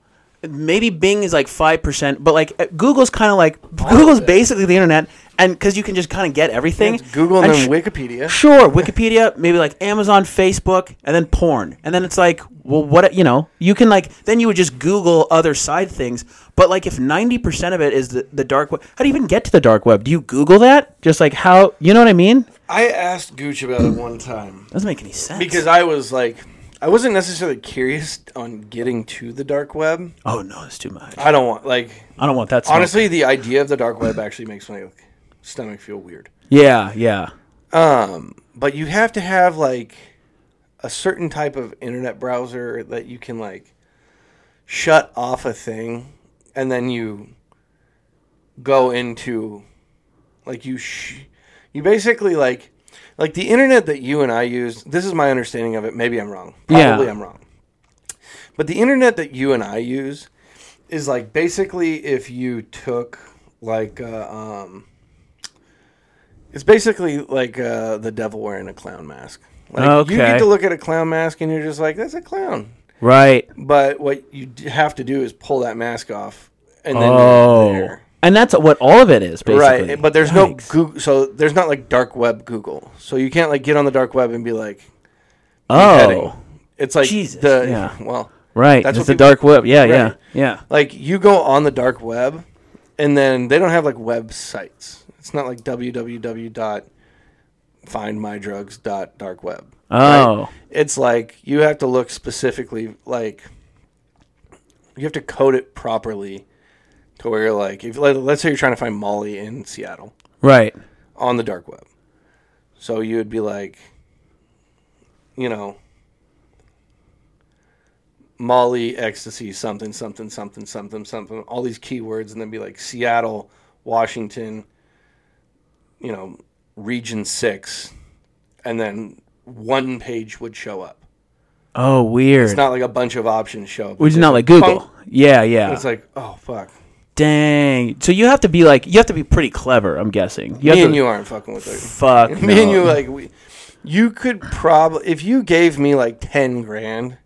Maybe Bing is like 5%, but like uh, Google's kind of like, Google's basically the internet. And because you can just kind of get everything.
It's Google and
sh-
then Wikipedia.
Sure, Wikipedia, maybe like Amazon, Facebook, and then porn. And then it's like, well, what, you know, you can like, then you would just Google other side things. But like, if 90% of it is the, the dark web, how do you even get to the dark web? Do you Google that? Just like how, you know what I mean?
I asked Gooch about it one time
Doesn't make any sense.
because I was like, I wasn't necessarily curious on getting to the dark web.
oh no, it's too much.
I don't want, like,
I don't want that. Smoke.
honestly, the idea of the dark web actually makes my stomach feel weird.
yeah, yeah,
Um, but you have to have, like, a certain type of internet browser that you can, like, shut off a thing and then you go into, like, you, sh- you basically, like, like the internet that you and I use, this is my understanding of it. Maybe I'm wrong.
Yeah.
Probably I'm wrong. But the internet that you and I use is like basically if you took like uh, um, it's basically like uh, the devil wearing a clown mask. Like you
Okay.
get to look at a clown mask and you're just like, that's a clown.
right.
But what you d- have to do is pull that mask off, and then
Oh,
you're there.
and that's what all of it is basically.
Right, eh, but there's
Yikes.
no Google, so there's not like dark web Google, so you can't like get on the dark web and be like,
oh,
heading. It's like
Jesus,
the
yeah.
well,
right.
That's
That's
what
the
people-
dark web. Yeah, yeah,
Right.
yeah.
like you go on the dark web, and then they don't have like websites. It's not like www.findmydrugs.darkweb.
Oh,
It's like you have to look specifically, like you have to code it properly to where you're like, if let, let's say you're trying to find Molly in Seattle
right.
on the dark web. So you would be like, you know, Molly, ecstasy, something, something, something, something, something, all these keywords, and then be like Seattle, Washington, you know, region six, and then one page would show up.
Oh, weird.
It's not like a bunch of options show up.
Which is not like Google. Yeah, yeah.
It's like, oh, fuck.
Dang. So you have to be like you have to be pretty clever. I'm guessing. You have
Me
to,
and you aren't fucking with it.
Fuck.
[LAUGHS] me
no.
and you uh, like we, you could probably if you gave me like 10 grand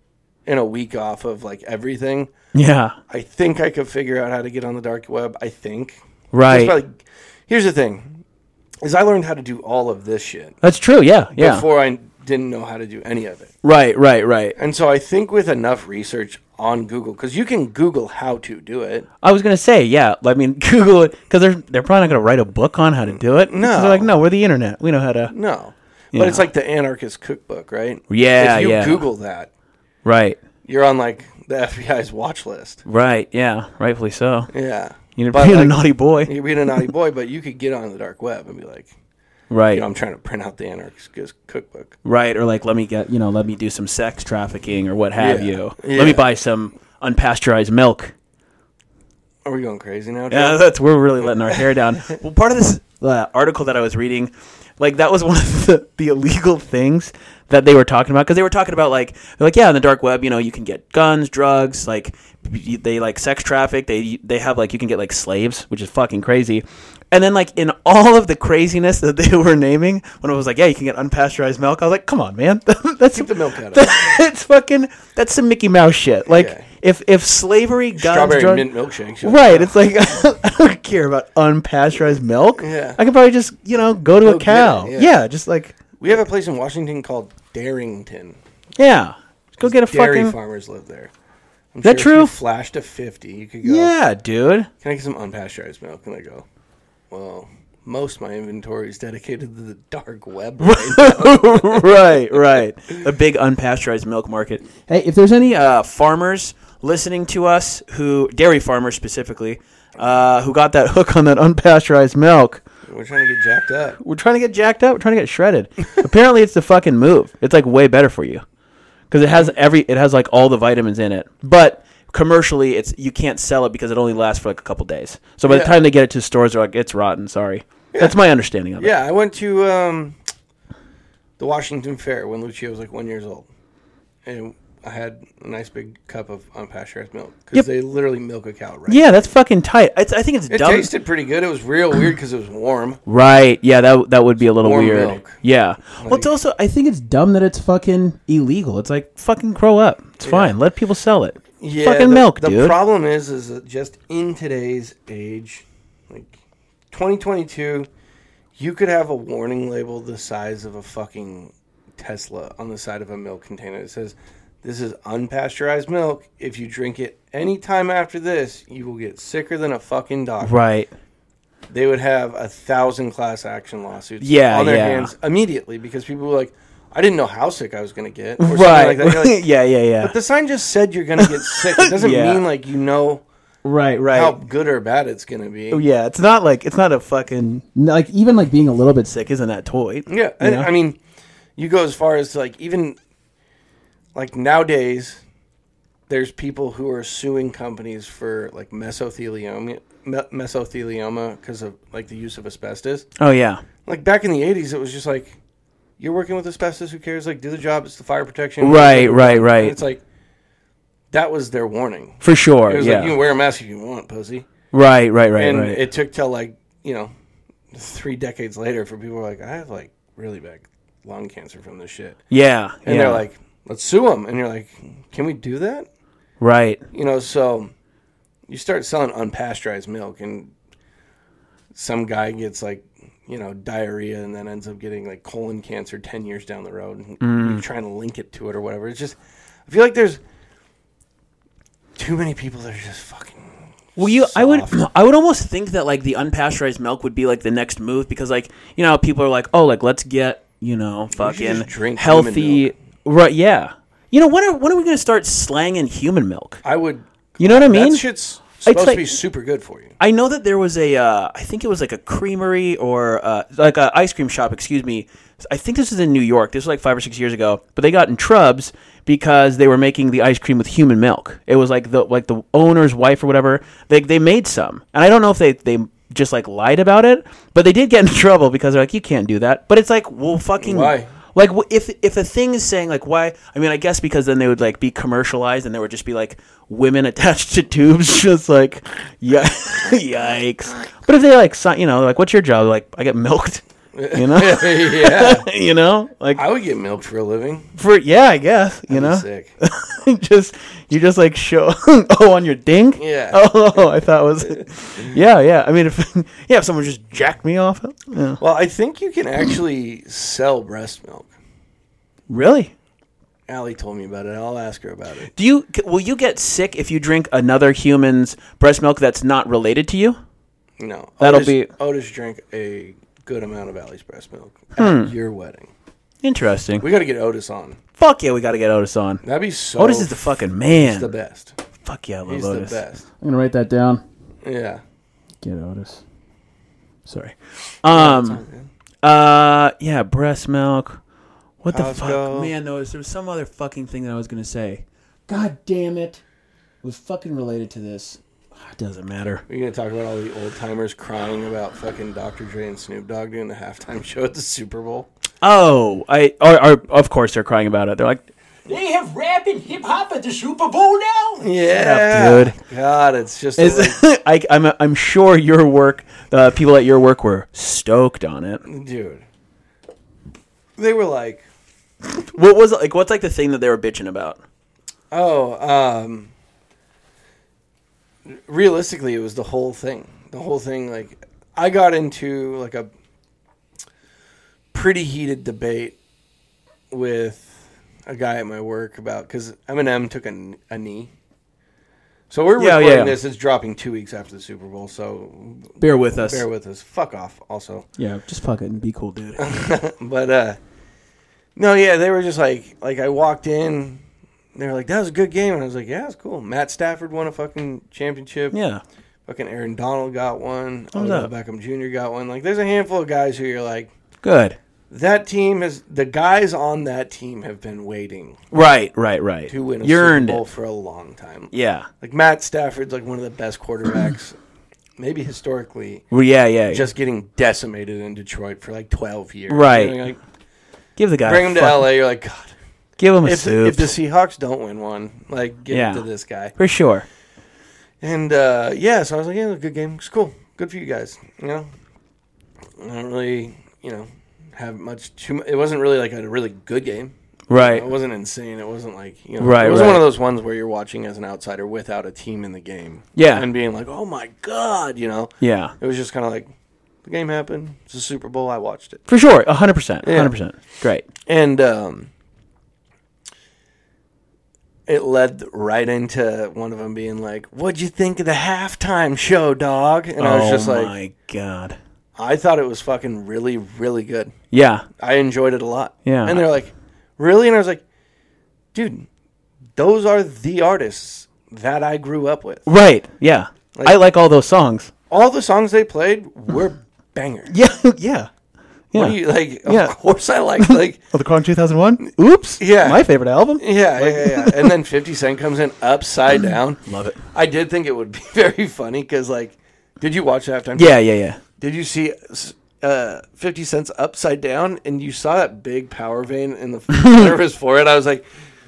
in a week off of like everything
Yeah.
I think I could figure out how to get on the dark web. I think. It's
Right.
probably- here's the thing: is I learned how to do all of this shit
That's true. Yeah. Yeah.
before I didn't know how to do any of it.
right. Right. Right.
And so I think with enough research on Google, because you can Google how to do it.
I was gonna say, yeah. I mean, [LAUGHS] Google it because they're they're probably not gonna write a book on how to do it.
No.
they're like, no, we're the internet. We know how to.
No. But it's like the anarchist cookbook, right?
Yeah,
If you
yeah.
Google that,
Right.
you're on like the FBI's watch list.
Right. Yeah. Rightfully so.
Yeah.
You're
But,
being a
like,
naughty boy.
You're being a naughty boy, but you could get on the dark web and be like,
Right.
you know, I'm trying to print out the anarchist cookbook.
right. Or like, let me get you know, let me do some sex trafficking or what have
Yeah.
you.
Yeah.
Let me buy some unpasteurized milk.
Are we going crazy now?
Yeah,
Joe?
that's we're really letting our
[LAUGHS]
hair down. Well, part of this uh, article that I was reading, like that was one of the, the illegal things that they were talking about because they were talking about like they're like yeah on the dark web you know you can get guns drugs like y- they like sex traffic they they have like you can get like slaves which is fucking crazy and then like in all of the craziness that they [LAUGHS] were naming when it was like yeah you can get unpasteurized milk I was like come on man [LAUGHS] that's
Keep the milk
[LAUGHS]
out of it.
it's fucking that's some Mickey Mouse shit like
Yeah.
if if slavery guns
Strawberry
drug-
mint milkshake. Joe.
Right. It's like [LAUGHS] I don't care about unpasteurized milk.
Yeah.
I can probably just, you know, go to
Go
a
get
cow.
it,
yeah.
yeah.
just like
We have a place in Washington called Darrington.
yeah. Just go get a
Dairy
fucking
farmers live there. I'm
That
sure if
true?
You flash to 50. You could go.
Yeah, dude. [LAUGHS]
Can I get some unpasteurized milk? And I go, well, most of my inventory is dedicated to the dark
[LAUGHS]
web. right now."
right, right. A big unpasteurized milk market.
Hey, if there's any, uh,
Uh, farmers listening to us who dairy farmers specifically, uh, who got that [LAUGHS] hook on that unpasteurized milk.
We're trying to get jacked up.
We're trying to get jacked up, we're trying to
[LAUGHS]
get shredded. Apparently it's the fucking move. It's like way better for you. because it has every it has like all the vitamins in it but commercially it's you can't sell it because it only lasts for like a couple days so by the
Yeah.
time they get it to stores they're like it's rotten sorry that's my understanding of it
Yeah, I went to um, the Washington Fair when Lucia was like one years old, and I had a nice big cup of unpasteurized milk because
Yep.
they literally milk a cow, right?
yeah that's fucking tight it's, i think it's
It
dumb
tasted pretty good. It was real weird because it was warm.
right yeah that that would be a little
Warm
weird
milk.
yeah well it's also i
I think it's dumb that it's fucking illegal. It's like
like fucking grow up it's fine let people sell it
Yeah,
fucking
the,
milk
The
dude
problem is, is that just in today's age, like 2022, you could have a warning label the size of a fucking Tesla on the side of a milk container that says, "This is unpasteurized milk. If you drink it any time after this, you will get sicker than a fucking dog."
right
They would have a thousand class action lawsuits
Yeah,
on their
yeah.
hands immediately because people were like, "I didn't know how sick I was going to get," or something
right
like that. You're like,
[LAUGHS] yeah yeah yeah
but the sign just said you're gonna get sick. It doesn't
[LAUGHS] Yeah.
mean like you know
right, right.
how good or bad it's gonna be.
Oh, yeah it's not like it's not a fucking
Like even like being a little bit sick.
sick isn't that toy
Yeah, and I mean, you go as far as like even like nowadays, there's people who are suing companies for like mesothelioma, me- mesothelioma because of like the use of asbestos.
oh yeah
Like back in the '80s, it was just like you're working with asbestos. Who cares? Like do the job. It's the fire protection.
Right, right,
And
right.
It's like that was their warning.
for sure
It was
yeah
like you can wear a mask if you want, pussy.
right right right
and
right
it took till like you know three decades later for people who are like i have like really bad lung cancer from this shit
Yeah,
and
yeah.
they're like let's sue them and you're like can we do that
right,
you know so you start selling unpasteurized milk and some guy gets like you know diarrhea and then ends up getting like colon cancer 10 years down the road and
Mm.
you're trying to link it to it or whatever it's just i feel like there's too many people that are just fucking
Well, you, I would,
Soft.
[CLEARS THROAT] I would almost think that like the unpasteurized milk would be like the next move because like you know how people are like, oh, like let's get you know fucking
just drink
healthy,
human
right? Yeah, you know when are when are we gonna start slanging human milk?
i would
You know what I mean?
that shit's supposed to
like-
be super good for you. [LAUGHS]
I know that there was a, uh, I think it was like a creamery or uh, like a ice cream shop. Excuse me. I think this is in New York. This was like five or six years ago. But they got in trubs because they were making the ice cream with human milk. It was like the like the owner's wife or whatever. They they made some, and I don't know if they they just like lied about it, but they did get into [LAUGHS] trouble because they're like, you can't do that. But it's like, well, fucking
Why?
like wh- if if a thing is saying like why i mean i guess because then they would like be commercialized and there would just be like women [LAUGHS] attached to tubes [LAUGHS] just like yeah yikes but if they like si- you know like what's your job like i get milked you know
[LAUGHS] yeah,
[LAUGHS] you know like
I would get milked for a living.
for yeah i guess you
That'd be
know
sick.
[LAUGHS] just You just like show [LAUGHS] oh on your ding.
Yeah.
[LAUGHS] Oh, I thought it was.
[LAUGHS]
Yeah, yeah. I mean, if [LAUGHS] yeah, if someone just jacked me off. Yeah.
Well, I think you can actually sell breast milk.
Really?
Allie told me about it. I'll ask her about it.
Do you c- will you get sick if you drink another human's breast milk that's not related to you?
No,
That'll
Otis,
be-
Otis drank a good amount of Allie's breast milk at
Hmm.
your wedding.
Interesting.
We got to get Otis on.
Fuck yeah, we got to get Otis on.
That'd be so.
Otis is the fucking man.
he's the best.
Fuck yeah, I love
He's
Otis.
the best.
I'm gonna write that down.
Yeah.
Get Otis.
Sorry. Um. Uh. Yeah. Breast milk. What the
Costco.
fuck, man? There was, there was some other fucking thing that I was gonna say.
God damn it! It was fucking related to this.
Ah, It doesn't matter.
We're gonna talk about all the old timers crying about fucking Dr. Dre and Snoop Dogg doing the halftime [LAUGHS] show at the Super Bowl.
Oh, I. Or, or of course they're crying about it. They're like,
They have rap and hip hop at the Super Bowl now?
Yeah,
dude.
God, it's just
is,
like,
[LAUGHS] I, I'm I'm sure your work, uh, people at your work were stoked on it.
dude. They were like,
What was like? What's like the thing that they were bitching about?
"Oh, um realistically, it was the whole thing. The whole thing like I got into like a pretty heated debate with a guy at my work about cuz Eminem took a, kn- a knee. So we're
Yeah,
recording
yeah.
this. It's dropping 2 weeks after the Super Bowl, so
Bear with us.
bear with us. Fuck off also.
Yeah, just fuck it and be cool,
[LAUGHS]
dude.
But uh no, yeah, they were just like like I walked in, they were like, That was a good game and I was like, Yeah, it's cool. Matt Stafford won a fucking championship.
yeah.
Fucking Aaron Donald got one.
Thumbs
Odell
up.
Beckham Jr. got one. Like there's a handful of guys who you're like,
Good.
that team has the guys on that team have been waiting
Right. Right. Right.
to win a
you
Super
earned
Bowl
it.
for a long time.
Yeah.
Like Matt Stafford's like one of the best quarterbacks, maybe historically,
Well, yeah. Yeah. yeah.
just getting decimated in Detroit for like twelve years.
Right.
You know, like,
give the guy.
bring
a
him to
fuck-
LA, you're like, God,
Give him a
if,
soup.
if the Seahawks don't win one, like give
Yeah.
it to this guy.
for sure.
And uh, yeah, so I was like, yeah, it was a good game. It's cool. Good for you guys. You know, I don't really, you know, have much. Too mu- it wasn't really like a really good game.
Right.
It wasn't insane. It wasn't like you know.
Right,
It was
right.
one of those ones where you're watching as an outsider without a team in the game.
Yeah.
And being like, oh my god, you know.
Yeah.
It was just kind of like the game happened. It's a Super Bowl. I watched it.
For sure. 100%.
Yeah.
100%. Great.
And um, it led right into one of them being like, "What'd you think of the halftime show, dog?" And I was just
oh
like,
my God.
"I thought it was fucking really, really good.
Yeah.
I enjoyed it a lot."
Yeah.
And they're like, "Really?" And I was like, "Dude, those are the artists that I grew up with.
Right. Yeah. I like all those songs. [LAUGHS]
All the songs they played were bangers.
Yeah. yeah. Yeah.
What do you like? Of
Yeah.
course, I like like." [LAUGHS]
Oh, the Kong 2001? Oops.
Yeah.
My favorite album.
Yeah, yeah, yeah. and then 50 Cent comes in
[CLEARS THROAT]
upside down.
Love it.
I did think it would be [LAUGHS] very funny because, like, did you watch halftime?
Yeah. Yeah. [LAUGHS] Yeah.
Did you see uh, 50 Cent's upside down and you saw that big power vein in
[LAUGHS]
the center of his forehead? I was like,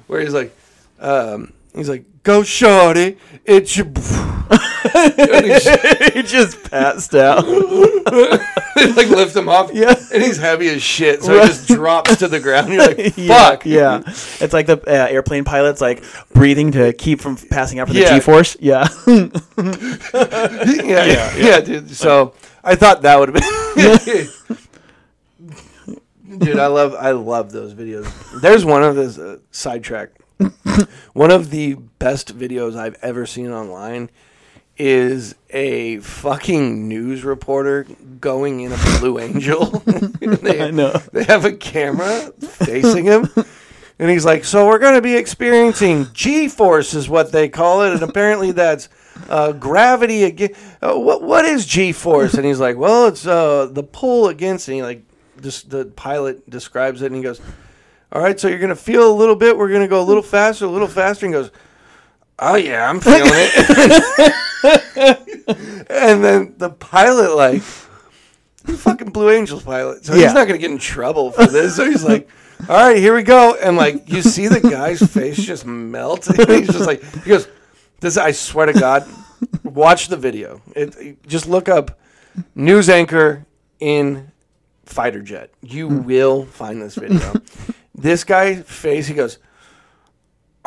where he's like, um, he's like, go shorty, it's your. b-" And he [LAUGHS] sh-
He just passed [LAUGHS] out.
like lifts him off,
Yeah.
and he's heavy as shit, so he just drops to the ground. You're like,
[LAUGHS] Yeah,
"Fuck,
Yeah. It's like the uh, airplane pilot's like breathing to keep from passing out from
Yeah.
the G force. [LAUGHS] Yeah.
[LAUGHS] yeah, yeah, yeah, dude. So I thought that [LAUGHS] would have been. dude, I love I love those videos. There's one of those uh, sidetrack. one of the best videos I've ever seen online is a fucking news reporter going in a Blue Angel. [LAUGHS] they,
I know.
[LAUGHS] They have a camera facing him. And he's like, so we're going to be experiencing G force, is what they call it, and apparently that's uh, gravity again. Uh, what what is G force? And he's like, well, it's uh, the pull against. And he like, just the pilot describes it, and he goes, all right, so you're going to feel a little bit. We're going to go a little faster, a little faster, and he goes. Oh yeah, I'm feeling it. and then the pilot, like, the fucking Blue Angels pilot, so
Yeah.
he's not gonna get in trouble for this. So he's like, "All right, here we go," and like, you see the guy's face just melt. [LAUGHS] he's just like, he goes, "This, I swear to God, watch the video. It, just look up news anchor in fighter jet. You will find this video. this guy face, he goes."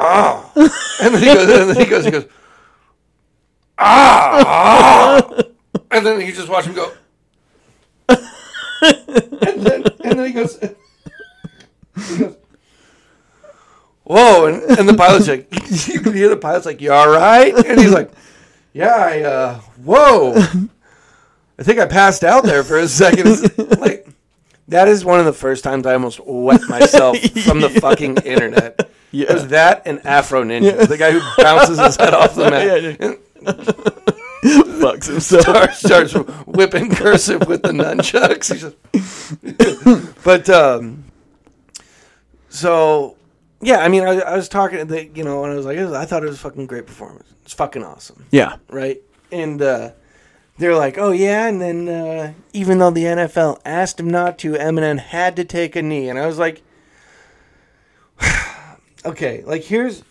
[LAUGHS] and then he goes, and then he goes, he goes, ah, ah." and then you just watch him go, and then, and then he goes, he goes, whoa, and, and the pilot's like, [LAUGHS] you can hear the pilot's like, you all right? And he's like, yeah, I, uh, whoa, I think I passed out there for a second. It's like, that is one of the first times I almost wet myself from the fucking internet. It was that and Afro Ninja, the guy who bounces his head off the mat,
Fucks himself.
starts whipping cursive with the nunchucks. He's just- but um, so yeah, I mean, I, I was talking, to the, you know, and I was like, I thought it was a fucking great performance. It's fucking awesome
Yeah.
right? And uh, they're like, "Oh yeah," and then uh, even though the NFL asked him not to, Eminem had to take a knee, and I was like, [SIGHS] "Okay, like here's."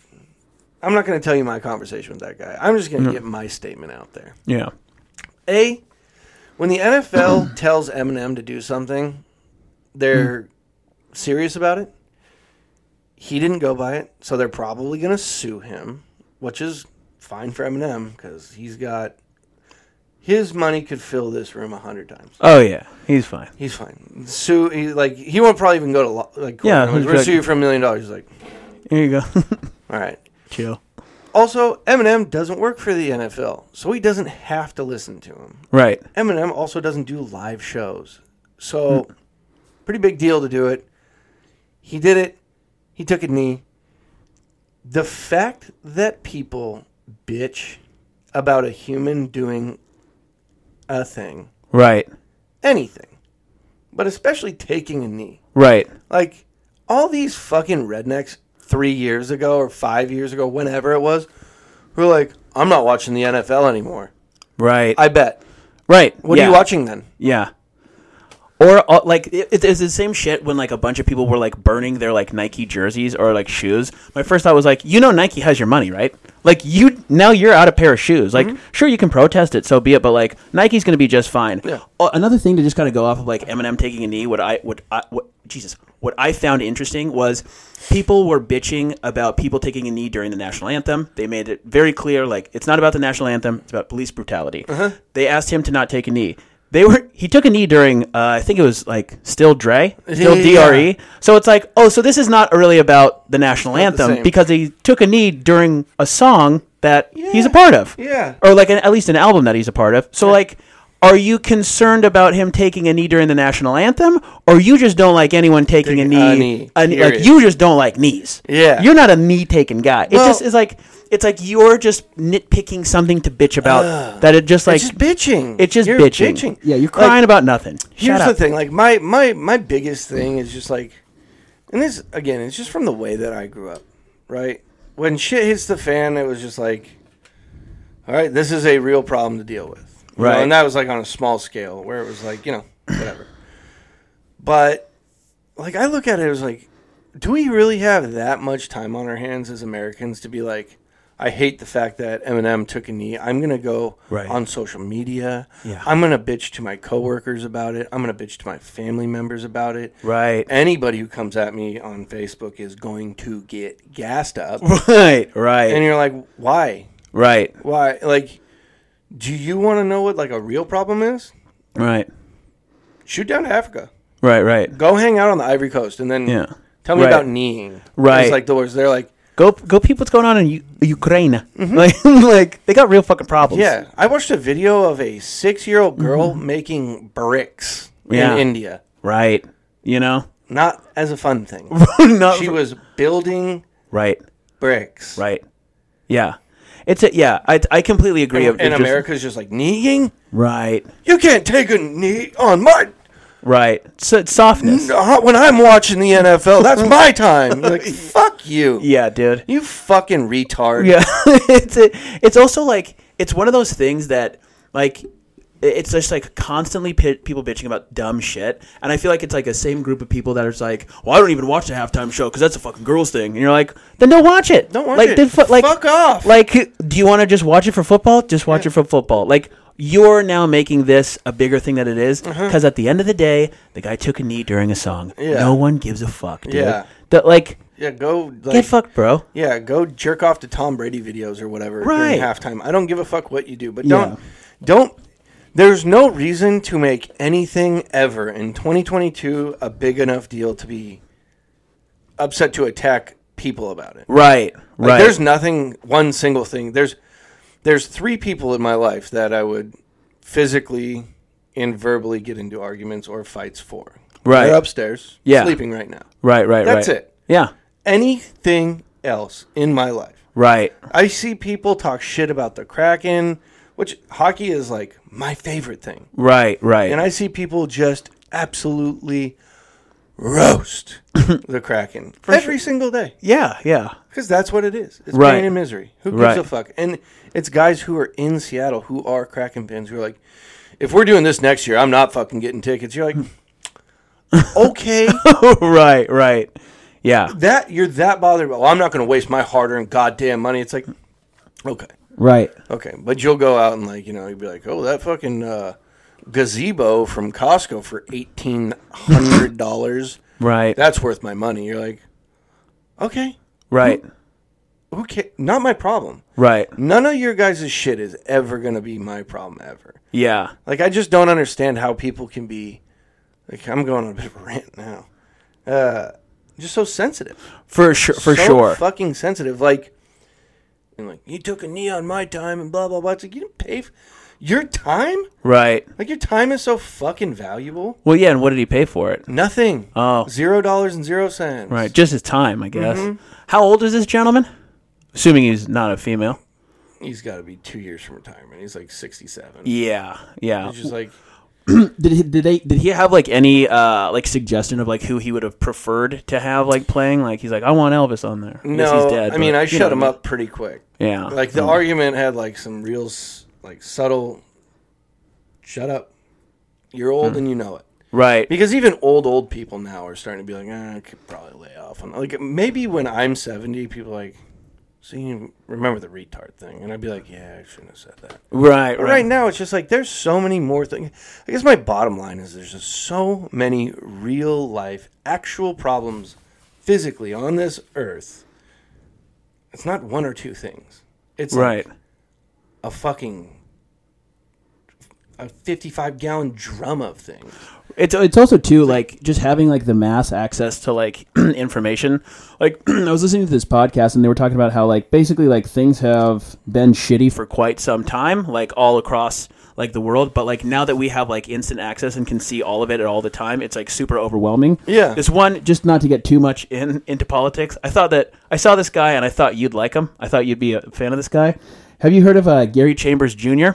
I'm not going to tell you my conversation with that guy. I'm just going to get my statement out there.
Yeah.
A, when the
[CLEARS THROAT]
NFL tells Eminem to do something,
Hmm.
they're serious about it. He didn't go by it, so they're probably going to sue him, which is fine for Eminem because he's got his money could fill this room a hundred times.
Oh yeah. He's fine.
He's fine. Sue, he, like he won't probably even go to law. Like, court.
Yeah,
We're
he's
gonna
like-
sue you for a million dollars. He's like,
Here you go. [LAUGHS]
all right.
Chill.
Also, Eminem doesn't work for the NFL, so he doesn't have to listen to him.
Right.
Eminem also doesn't do live shows. So, pretty big deal to do it. He did it. He took a knee. The fact that people bitch about a human doing a thing,
Right.
anything, but especially taking a knee.
Right.
Like, all these fucking rednecks three years ago or five years ago, whenever it was, were like, I'm not watching the NFL anymore.
Right.
I bet.
right.
What
yeah.
are you watching then?
Yeah. Or uh, like it, it- it's the same shit when like a bunch of people were like burning their like Nike jerseys or like shoes. My first thought was like, you know, Nike has your money, right? Like you now you're out a pair of shoes. Like sure you can protest it, so be it. But like Nike's gonna be just fine.
Yeah.
Uh, another thing to just kind of go off of like Eminem taking a knee. What I what I what Jesus what I found interesting was people were bitching about people taking a knee during the national anthem. They made it very clear like it's not about the national anthem. It's about police brutality. They asked him to not take a knee. They were he took a knee during uh, I think it was like still Dre still
Yeah.
DRE. So it's like oh so this is not really about the national
the
anthem
same.
because he took a knee during a song that he's a part of
Yeah.
or like an, at least an album that he's a part of. So like, are you concerned about him taking a knee during the national anthem, or you just don't like anyone taking a
Taking
knee?
a knee,
a knee- like
period.
you just don't like knees.
Yeah.
you're not a knee taking guy. it
Well-
just is like it's like you're just nitpicking something to bitch about that. It just like
it's just bitching.
it's just
You're
bitching.
Yeah, you're
crying
like-
about nothing.
Here's
Shut
the
up.
thing. Like my my my biggest thing is just like, and this again, it's just from the way that I grew up, right? When shit hits the fan, it was just like, all right, this is a real problem to deal with, You know,
Right.
and that was like on a small scale where it was like, you know, whatever. [COUGHS] but like I look at it, it was like, do we really have that much time on our hands as Americans to be like? I hate the fact that Eminem took a knee. I'm gonna go
Right.
on social media.
Yeah.
I'm gonna bitch to my coworkers about it. I'm gonna bitch to my family members about it.
Right.
Anybody who comes at me on Facebook is going to get gassed up.
[LAUGHS] Right, right,
and you're like, why?
right,
Why? Like, do you want to know what like a real problem is?
right,
Shoot down to Africa.
right, right.
Go hang out on the Ivory Coast, and then
Yeah.
tell me
Right.
about kneeing.
Right.
It's like the words. They're like,
Go, go, peep what's going on in U- Ukraine. [LAUGHS] Like, like they got real fucking problems.
Mm-hmm. yeah. I watched a video of a six year old girl making bricks
Mm-hmm. Yeah.
in India.
right. You
[LAUGHS]
know,
Not as a fun thing.
Not
she
for-
was building
Right,
bricks.
right. Yeah. It's a, yeah, I, I completely agree.
And,
It just-
America's just like kneeing.
Right,
You can't take a knee on my uh,
right. So it's softness.
when I'm watching the NFL. That's
[LAUGHS]
my time. Like fuck you.
Yeah, dude.
You fucking retard.
Yeah. [LAUGHS] it's, a, it's also like, it's one of those things that, like, it's just like constantly pi people bitching about dumb shit. And I feel like it's like the same group of people that are just like, well, I don't even watch the halftime show because that's a fucking girls thing. And you're like, then don't watch it.
Don't watch
like,
it.
then fu- like,
Fuck off.
Like, do you want to just watch it for football? Just watch it for football. Like, you're now making this a bigger thing than it is because at the end of the day, the guy took a knee during a song.
Uh-huh. Yeah.
No one gives a fuck, dude.
Yeah.
That like
Yeah, go like,
Get fucked, bro.
Yeah, go jerk off to Tom Brady videos or whatever
Right.
during halftime. I don't give a fuck what you do, but
Yeah.
don't don't there's no reason to make anything ever in 2022 a big enough deal to be upset to attack people about it.
Right,
Like,
right.
There's nothing one single thing. There's there's three people in my life that I would physically and verbally get into arguments or fights for.
Right.
They're upstairs
Yeah.
sleeping right now.
right, right,
That's
right.
it.
Yeah,
Anything else in my life
right.
I see people talk shit about the Kraken, which hockey is like my favorite thing.
Right, right.
And I see people just absolutely
[LAUGHS]
roast the Kraken every single day
yeah, yeah.
because that's what it is. It's
Right.
pain and misery. Who gives
Right.
a fuck? And it's guys who are in Seattle who are Kraken fans who are like, if we're doing this next year, I'm not fucking getting tickets.
[LAUGHS]
You're like, okay,
[LAUGHS] right, right. Yeah.
that you're that bothered. Well, I'm not going to waste my hard-earned goddamn money. It's like, okay.
Right.
Okay, but you'll go out and like you know you'll be like, oh that fucking uh, gazebo from Costco for eighteen hundred dollars.
[LAUGHS] Right.
That's worth my money. You're like, okay,
right.
who ca- Not my problem.
Right.
None of your guys' shit is ever gonna be my problem ever.
Yeah.
Like I just don't understand how people can be. Like I'm going on a bit of a rant now. Uh, just so sensitive.
For sure. For
so
sure.
Fucking sensitive. Like, and like you took a knee on my time and blah blah blah. It's like you didn't pay for your time.
right.
Like your time is so fucking valuable.
Well, yeah. And what did he pay for it?
Nothing.
Oh.
Zero dollars and zero cents.
Right. Just his time, I guess.
Mm-hmm.
How old is this gentleman? Assuming he's not a female.
He's got to be two years from retirement. He's like sixty-seven.
Yeah. Yeah.
It's just like
Did he, did they did
Did he have like any uh like suggestion of like who he would have preferred to have like playing? Like he's like, I want Elvis on there. guess
no.
he's dead,
I mean,
but,
I
you
shut
know,
him up pretty quick.
Yeah.
Like the argument had like some real s- like subtle. Shut up. You're old
Hmm.
and you know it.
Right.
Because even old old people now are starting to be like, "Ah, I could probably lay off on. Like maybe when I'm seventy, people are like, so you remember the retard thing? And I'd be like, yeah, I shouldn't have said that.
Right. Right.
But right now, it's just like there's so many more things. I guess my bottom line is there's just so many real life, actual problems physically on this earth. It's not one or two things. It's like
Right.
a fucking a 55 gallon drum of things.
It's
it's also too like just having like the mass access
access to like [CLEARS THROAT] information. Like [CLEARS THROAT]
I was listening to this podcast and they were talking about how like basically like things have been shitty for
for quite some time, like all across like the world. But like now that we have like instant access and can see all of it at all the time, it's like super overwhelming.
Yeah.
This one just
just not to get too much
much in into politics. I thought that I saw this guy and I thought you'd like him. I thought you'd be a fan of this guy.
Have you heard of uh, Gary
Gary Chambers Jr.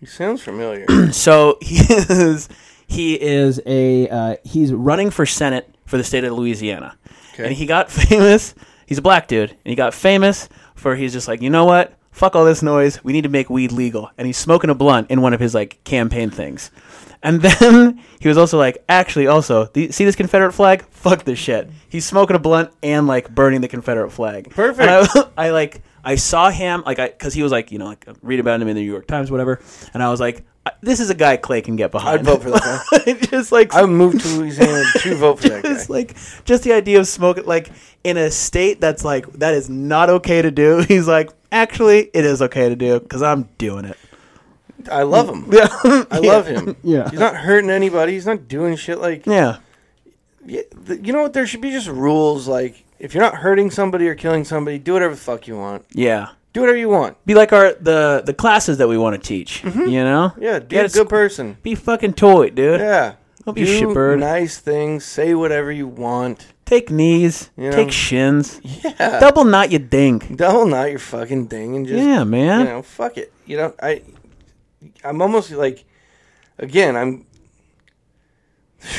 He sounds
[COUGHS]
familiar.
So [LAUGHS] he is he is
is a uh,
he's running for Senate for the state of Louisiana.
Okay.
And he got [LAUGHS] famous. He's a black dude. And he got famous for he's just like, you know what? Fuck all this noise. We need to make weed legal. And he's smoking a blunt in one of his like campaign things. And [LAUGHS] then he was also like, actually, also, the, see this Confederate flag? Fuck this shit. He's smoking a blunt and like burning the Confederate flag.
Perfect.
[LAUGHS] And I, I like, I saw him, like, I, cause he was like, you know, like, read about him in the New York Times, whatever. And I was like, I- this is a guy Clay can get behind.
I'd vote for that guy.
[LAUGHS] just like,
I would move to Louisiana
[LAUGHS]
to vote for that guy.
it's like just the idea of smoking like in a state that's like that is not okay to do [LAUGHS] he's like actually it is okay to do because i'm doing it
I love him.
[LAUGHS] yeah
[LAUGHS] I love him.
Yeah.
He's not hurting anybody. He's not doing shit like
yeah
Yeah, th- you know what? There should be just rules. Like, if you're not hurting somebody or killing somebody, do whatever the fuck you want.
yeah
Do whatever you want.
be like our the the classes that we want to teach you know
Mm-hmm. Yeah, be
Get
a
us-
good person.
be fucking toy dude
Yeah.
Don't be a
do
shitbird.
nice things. Say whatever you want.
take knees
You know.
take shins
Yeah.
double knot you ding
[LAUGHS] Double knot your fucking thing and just
yeah man
you know, fuck it. You know, I, I'm almost like, again, I'm,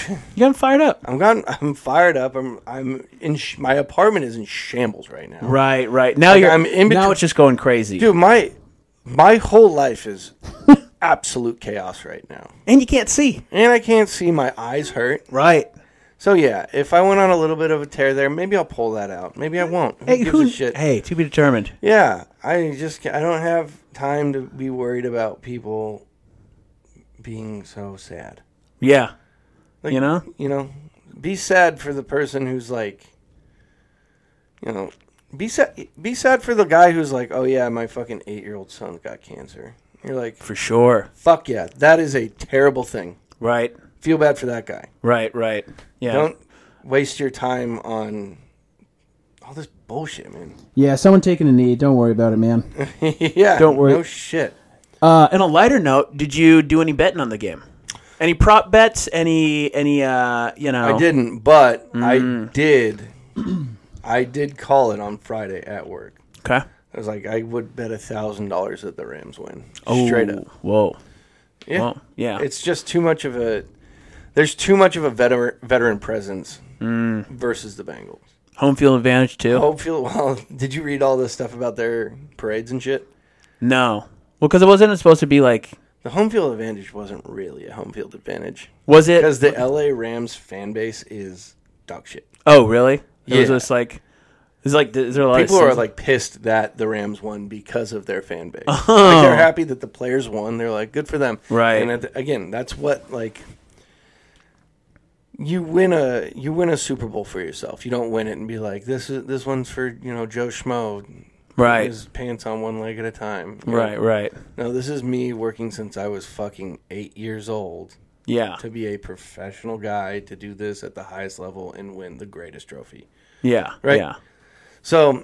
you got him fired up
I'm gotten, [LAUGHS] I'm fired up. I'm, I'm in. Sh- my apartment is in shambles right now.
right right now
Like,
you're
I'm in
now
between-
it's just going crazy
Dude, my, my whole life
[LAUGHS]
is absolute chaos right now,
and you can't see
and I can't see. My eyes hurt.
right
So yeah, if I went on a little bit of a tear there, maybe I'll pull that out. Maybe I won't. Who
hey
gives
who
a shit?
hey to be determined
Yeah, I just ca- I don't have time to be worried about people being so sad.
yeah
Like,
You know?
you know, be sad for the person who's like you know, be sad. Be sad for the guy who's like, "Oh yeah, my fucking eight-year-old son got cancer." You're like,
for sure.
"Fuck yeah, that is a terrible thing."
Right,
Feel bad for that guy.
right, right. Yeah,
Don't waste your time on all this bullshit, man. [LAUGHS]
Yeah, someone taking a knee. Don't worry about it, man.
yeah,
Don't worry.
No shit.
Uh, and a lighter note, did you do any betting on the game? Any prop bets? Any any uh you know?
I didn't, but I did. [CLEARS THROAT] I did call it on Friday at work.
Okay.
I was like, I would bet a thousand dollars that the Rams win straight
Ooh,
up.
Whoa.
Yeah,
Oh, Well, yeah.
It's just too much of a. There's too much of a veteran veteran presence versus the Bengals.
Home field advantage too.
Hope feel [LAUGHS] well. Did you read all this stuff about their parades and shit?
No. Well, because it wasn't supposed to be like.
The home field advantage wasn't really a home field advantage
Was it?
because the LA Rams fan base is dog shit.
Oh, really? It was
Yeah.
just like. It's like is there a lot of
People are
sense-
like pissed that the Rams won because of their fan base. Like, they're happy that the players won. They're like, good for them.
Oh. Right.
And at the- again, that's what like you win a you win a Super Bowl for yourself. You don't win it and be like, this is this one's for you know Joe Schmo.
right,
His pants on one leg at a time. You know?
right, right.
No, this is me working since I was fucking eight years old
Yeah,
to be a professional guy to do this at the highest level and win the greatest trophy.
yeah,
Right.
Yeah.
So,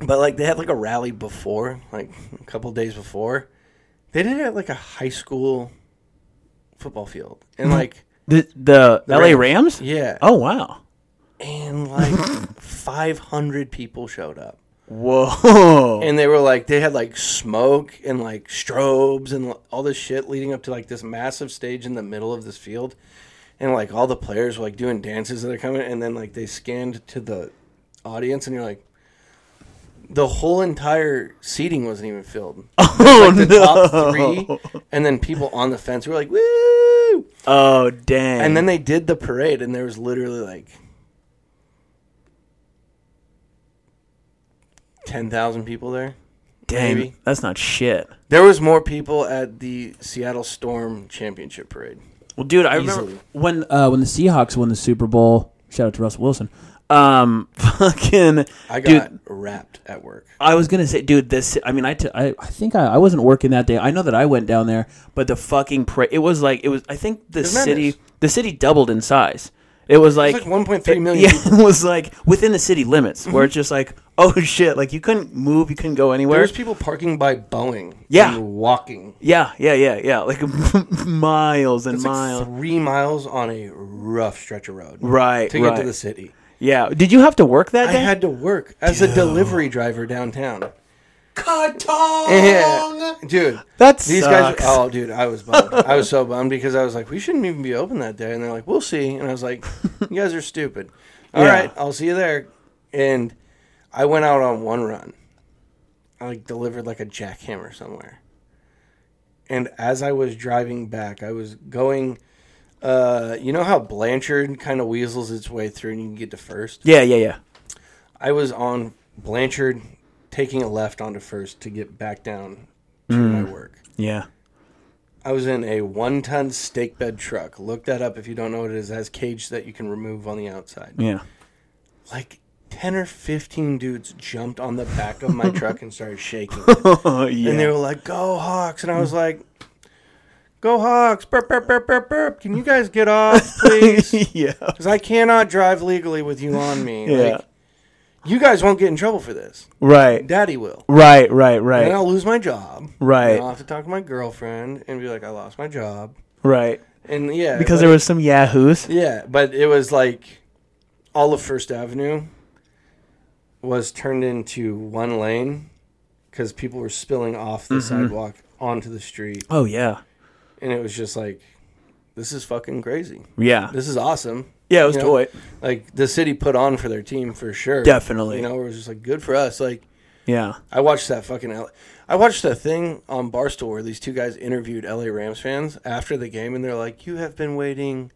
but like they had like a rally before, like a couple days before. They did it at like a high school football field, and like
The the, L.A.
Rams.
Rams.
yeah,
Oh wow.
and like [LAUGHS] five hundred people showed up,
[LAUGHS] Whoa.
and they were like they had like smoke and like strobes and all this shit leading up to like this massive stage in the middle of this field, and like all the players were like doing dances that are coming, and then like they scanned to the audience, and you're like. The whole entire seating wasn't even filled.
[LAUGHS] oh
the
no.
top three, and then people on the fence were like, "Woo!"
Oh dang.
And then they did the parade, and there was literally like ten thousand people there.
dang.
maybe.
That's not shit.
There was more people at the Seattle Storm championship parade.
Well, dude, I remember
Easily.
when
Uh, when the Seahawks won the Super Bowl, shout out to Russell Wilson.
um [LAUGHS] fucking
I
dude,
got wrapped at work.
I was gonna say, dude, this. I mean, I, t- I, I think I, I wasn't working that day. I know that I went down there, but the fucking pra- it was like it was. I think the
It's madness.
city, the city doubled in size. It was like,
like 1.3 million Mm-hmm.
it- [LAUGHS] Yeah, it was like within the city limits, where it's just like, oh shit, like you couldn't move, you couldn't go
There
anywhere.
was people parking by Boeing.
Yeah.
and walking.
yeah, yeah, yeah, yeah, like [LAUGHS] miles and
It's
miles.
like three miles on a rough stretch of road.
Right,
to get to
right.
the city.
yeah. Did you have to work that
I
day?
had to work as a delivery driver downtown.
Cartong!
Yeah. Dude,
That
these
sucks.
guys. Oh, dude, I was bummed. I was so bummed because I was like, we shouldn't even be open that day, and they're like, we'll see, and I was like, you guys are
[LAUGHS]
stupid. All
Yeah.
right, I'll see you there. And I went out on one run. I like delivered like a jackhammer somewhere. And as I was driving back, I was going. Uh, you know how Blanchard kind of weasels its way through, and you can get to first.
yeah, yeah, yeah.
I was on Blanchard taking a left onto first to get back down to
Hmm.
my work.
Yeah.
I was in a one ton steak bed truck. Look that up if you don't know what it is. It has cage that you can remove on the outside.
Yeah. [LAUGHS]
Like 10 or 15 dudes jumped on the back of
[LAUGHS]
my truck and started shaking. it.
Oh [LAUGHS] yeah.
And they were like, Go Hawks. And I was like, Go Hawks. Burp, burp, burp, burp, burp. Can you guys get
[LAUGHS]
off, please?
[LAUGHS] yeah.
Because I cannot drive legally with you on me.
Yeah.
Like, you guys won't get in trouble for this.
Right.
Daddy will.
Right. Right. Right.
And I'll lose my job.
Right.
And I'll have to talk to my girlfriend and be like, I lost my job.
Right.
And yeah.
Because
like-
there was some yahoos.
Yeah, but it was like all of First Avenue was turned into one lane because people were spilling off the
Mm-hmm.
sidewalk onto the street,
Oh yeah.
and it was just like, this is fucking crazy.
Yeah.
This is awesome.
Yeah, it was
You know?
toy.
Like the city put on for their team for sure.
Definitely.
You know, it was just like good for us. Like
Yeah.
I watched that fucking. L- I watched that thing on Barstool where these two guys interviewed LA Rams fans after the game, and they're like, "You have been waiting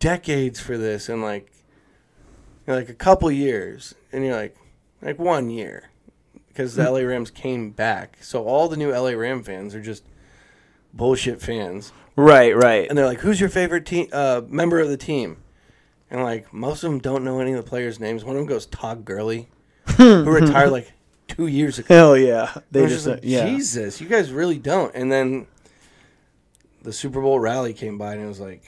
decades for this, and like, you know, like a couple years, and you're like, like one year, because the LA Rams came back. So all the new LA Ram fans are just bullshit fans,
Right, right.
and they're like, "Who's your favorite team uh, member of the team?" And like most of them don't know any of the players' names. One of them goes Todd Gurley. who retired like two years ago.
Hell yeah. They
I was
just,
like,
yeah.
Jesus, you guys really don't. And then the Super Bowl rally came by, and it was like,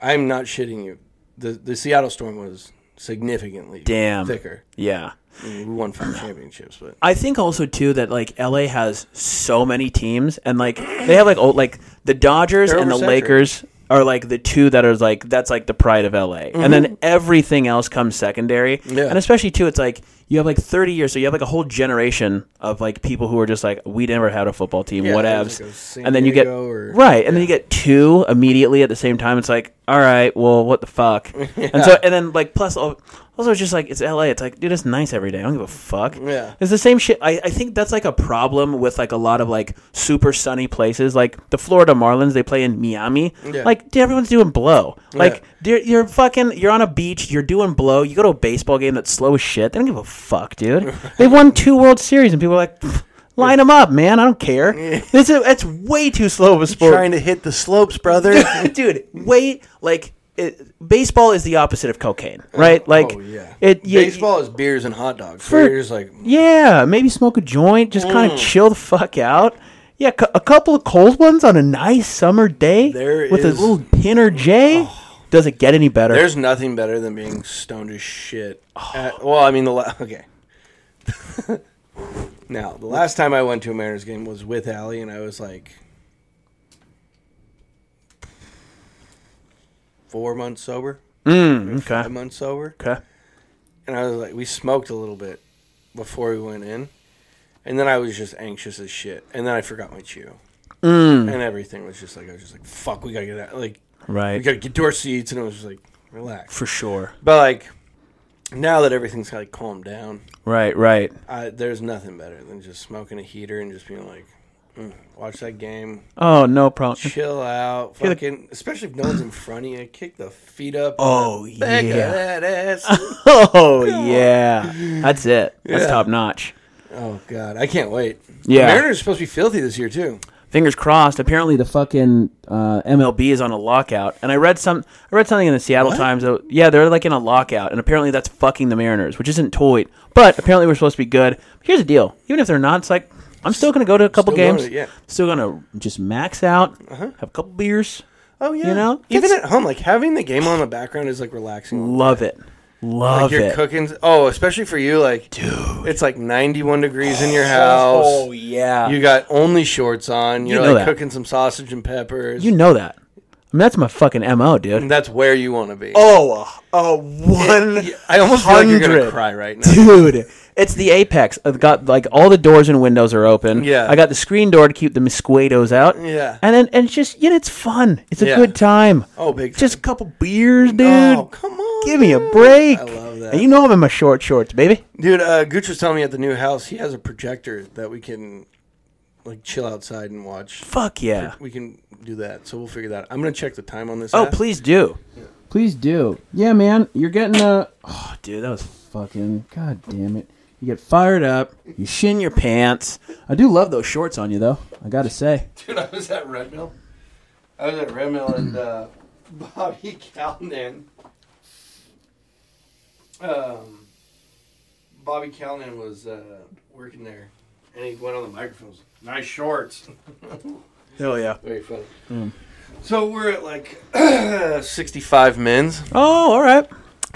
I'm not shitting you. The the Seattle Storm was significantly
Damn.
thicker.
Yeah.
I mean, we won five championships, but
I think also too that like LA has so many teams and like they have like old like the Dodgers
They're
and the
oversaturated.
Lakers are like the two that are like that's like the pride of LA. And then everything else comes secondary.
Mm-hmm. Yeah.
And especially too it's like you have like 30 years so you have like a whole generation of like people who are just like we never had a football team
Yeah,
whatevs.
it was like a San
and then you get
Diego or-
right and then you get two immediately at the same time it's like all right well what the
[LAUGHS]
fuck and so and then like plus al- also it's just like it's la it's like dude it's nice every day i don't give a fuck
Yeah.
it's the same shit I, I think that's like a problem with like a lot of like super sunny places like the florida marlins they play in miami
Yeah.
like dude, everyone's doing blow
Yeah.
like you're, you're fucking you're on a beach you're doing blow you go to a baseball game that's slow as shit they don't give a fuck
[LAUGHS]
dude they've won two world series and people are like "Pfft, Line them up, man. I don't care. This is it's way too slow of a sport [LAUGHS]
trying to hit the slopes, [LAUGHS] brother.
dude wait like it, baseball is the opposite of cocaine right like
oh yeah,
it yeah,
baseball is beers and hot dogs.
For-
where you're just like,
yeah maybe smoke a joint just
Mm.
kind of chill the fuck out yeah cu- a couple of cold ones on a nice summer day
There
with
is- Oh.
a little pinner j does it get any better
There's nothing better than being stoned as shit.
Oh.
At- well, I mean, the la- okay. [LAUGHS] now, the last time I went to a Mariners game was with Allie, and I was like four months sober,
Mm, okay
five months sober,
okay
and I was like, we smoked a little bit before we went in, and then I was just anxious as shit, and then I forgot my chew,
Mm.
and everything was just like I was just like, fuck, we gotta get out, like we
right
gotta get to our seats, and it was just like, relax.
for sure
But like now that everything's kind of calmed down,
right right
I, there's nothing better than just smoking a heater and just being like, mm, watch that
[LAUGHS]
game,
oh no problem
chill out,
You're the-
fucking. Especially if no one's in front of you, kick the feet up.
Oh,
back
yeah. [LAUGHS]
of that ass.
oh yeah that's it that's
Yeah.
top notch
oh god, I can't wait.
Yeah.
the Mariners are supposed to be filthy this year too.
fingers crossed apparently
The fucking uh, MLB.
MLB is on a lockout, and I read some. I read something in the Seattle Times. That, yeah, they're like in a lockout, and apparently that's fucking the Mariners, which isn't toyed. But apparently we're supposed to be good. Here's the deal: even if they're not, it's like I'm still gonna go to a couple
Still going
games.
to- Uh-huh. yeah.
Still gonna just max out, have a couple beers.
Oh yeah,
You know?
even
That's-
at home, like having the game on the background is like relaxing.
Love it,
Like
love
you're
it.
cooking. Oh, especially for you, like dude, it's like 91 degrees in your house.
Oh yeah,
You
you,
got only shorts on. You're
You know
like
that.
cooking some sausage and peppers.
know that. I mean, that's my fucking mo, dude.
And that's where you want to be.
Oh, oh, one.
I almost feel like you're gonna
100.
cry right now.
dude it's the apex i've got like all the doors and windows are open
Yeah.
i got the screen door to keep the mosquitoes out
Yeah.
and then and it's just you know it's fun it's a
Yeah.
good time
Oh, big
just a couple beers dude
Oh, come on,
give me a
dude.
break
I love that.
and you know i'm in my short shorts baby
Dude, uh, Gooch was telling me at the new house he has a projector that we can like chill outside and watch.
fuck yeah
We can do that, so we'll figure that. out. I'm gonna check the time on this.
oh
app.
please do
Please do. Yeah, man. You're getting a
oh dude that was
fucking. God damn it. You get fired up.
you shin your pants
I do love those shorts on you though. I gotta say.
Dude, I was at Red Mill. I was at Red Mill and uh, [LAUGHS] Bobby Calnan. Um, Bobby Calnan was uh, working there, and he went on the microphones. Nice [LAUGHS] shorts.
hell yeah
Very funny.
Hmm.
So we're at like [CLEARS THROAT] 65 men's.
oh all right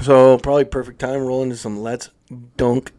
So probably perfect time rolling to some let's dunk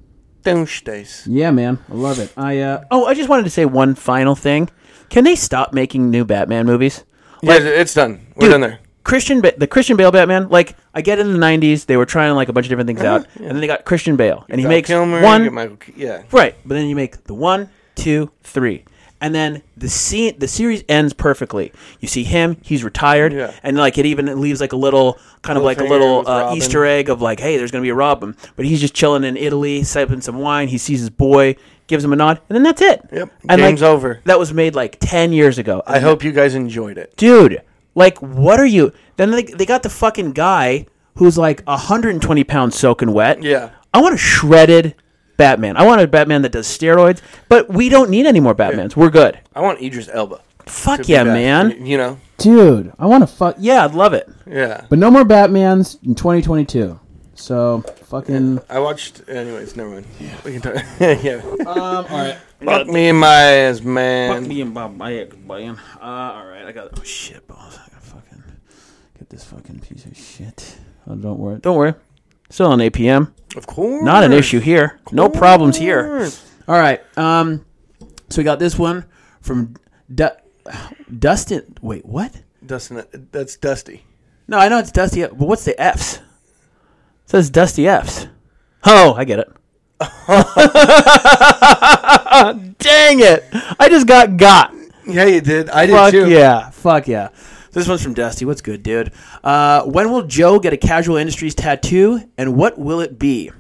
donkstays.
Yeah, man. I love it. I uh
oh i just wanted to say one final thing can they stop making new batman movies
Yeah, it's done. We're
Dude,
done there.
Christian, ba- the Christian Bale Batman. Like I get in the '90s, they were trying like a bunch of different things out, and then they got Christian Bale, and he
Uh-huh. Val
makes
Kilmer,
one
get Michael Ke- yeah.
right. But then you make the one, two, three, and then the scene, the series ends perfectly. You see him; he's retired,
Yeah.
and like it even leaves like a little kind of like
Cliffhanger
a
with
little uh,
Robin.
Easter egg of like, hey, there's gonna be a Robin, but he's just chilling in Italy, sipping some wine. He sees his boy, gives him a nod, and then that's it.
Yep.
And,
Game's
like,
over.
That was made like ten years ago.
I hope you guys enjoyed it.
dude like what are you then they, they got the fucking guy who's like 120 pounds soaking wet
Yeah.
i want a shredded batman i want a batman that does steroids but we don't need any more batmans we're good
I want Idris Elba. to
fuck
be
yeah
back.
man
Y- You know?
dude, I wanna fuck
yeah i'd love it
Yeah.
But no more Batmans in twenty twenty two. So fucking.
I watched. Anyways, never mind. We can talk. [LAUGHS] yeah.
Um, all right.
Fuck me in my ass, man.
Fuck me and Bob Mike, man. Uh, all right, I got. Oh shit, balls! I gotta fucking get this fucking piece of shit. Oh, don't worry. Don't worry. Still on APM.
Of course.
Not an issue here. No problems here. All right. Um. So we got this one from Du- Dustin. Wait, what?
Dustin, uh, that's Dusty.
No, I know it's Dusty. But what's the F's? It says Dusty F's. Oh, I get it. [LAUGHS] Dang it! I just got got.
Yeah, you did. I did
Fuck
too.
yeah. Fuck yeah. This one's from Dusty. What's good, dude? Uh, when will Joe get a casual industries tattoo, and what will it be?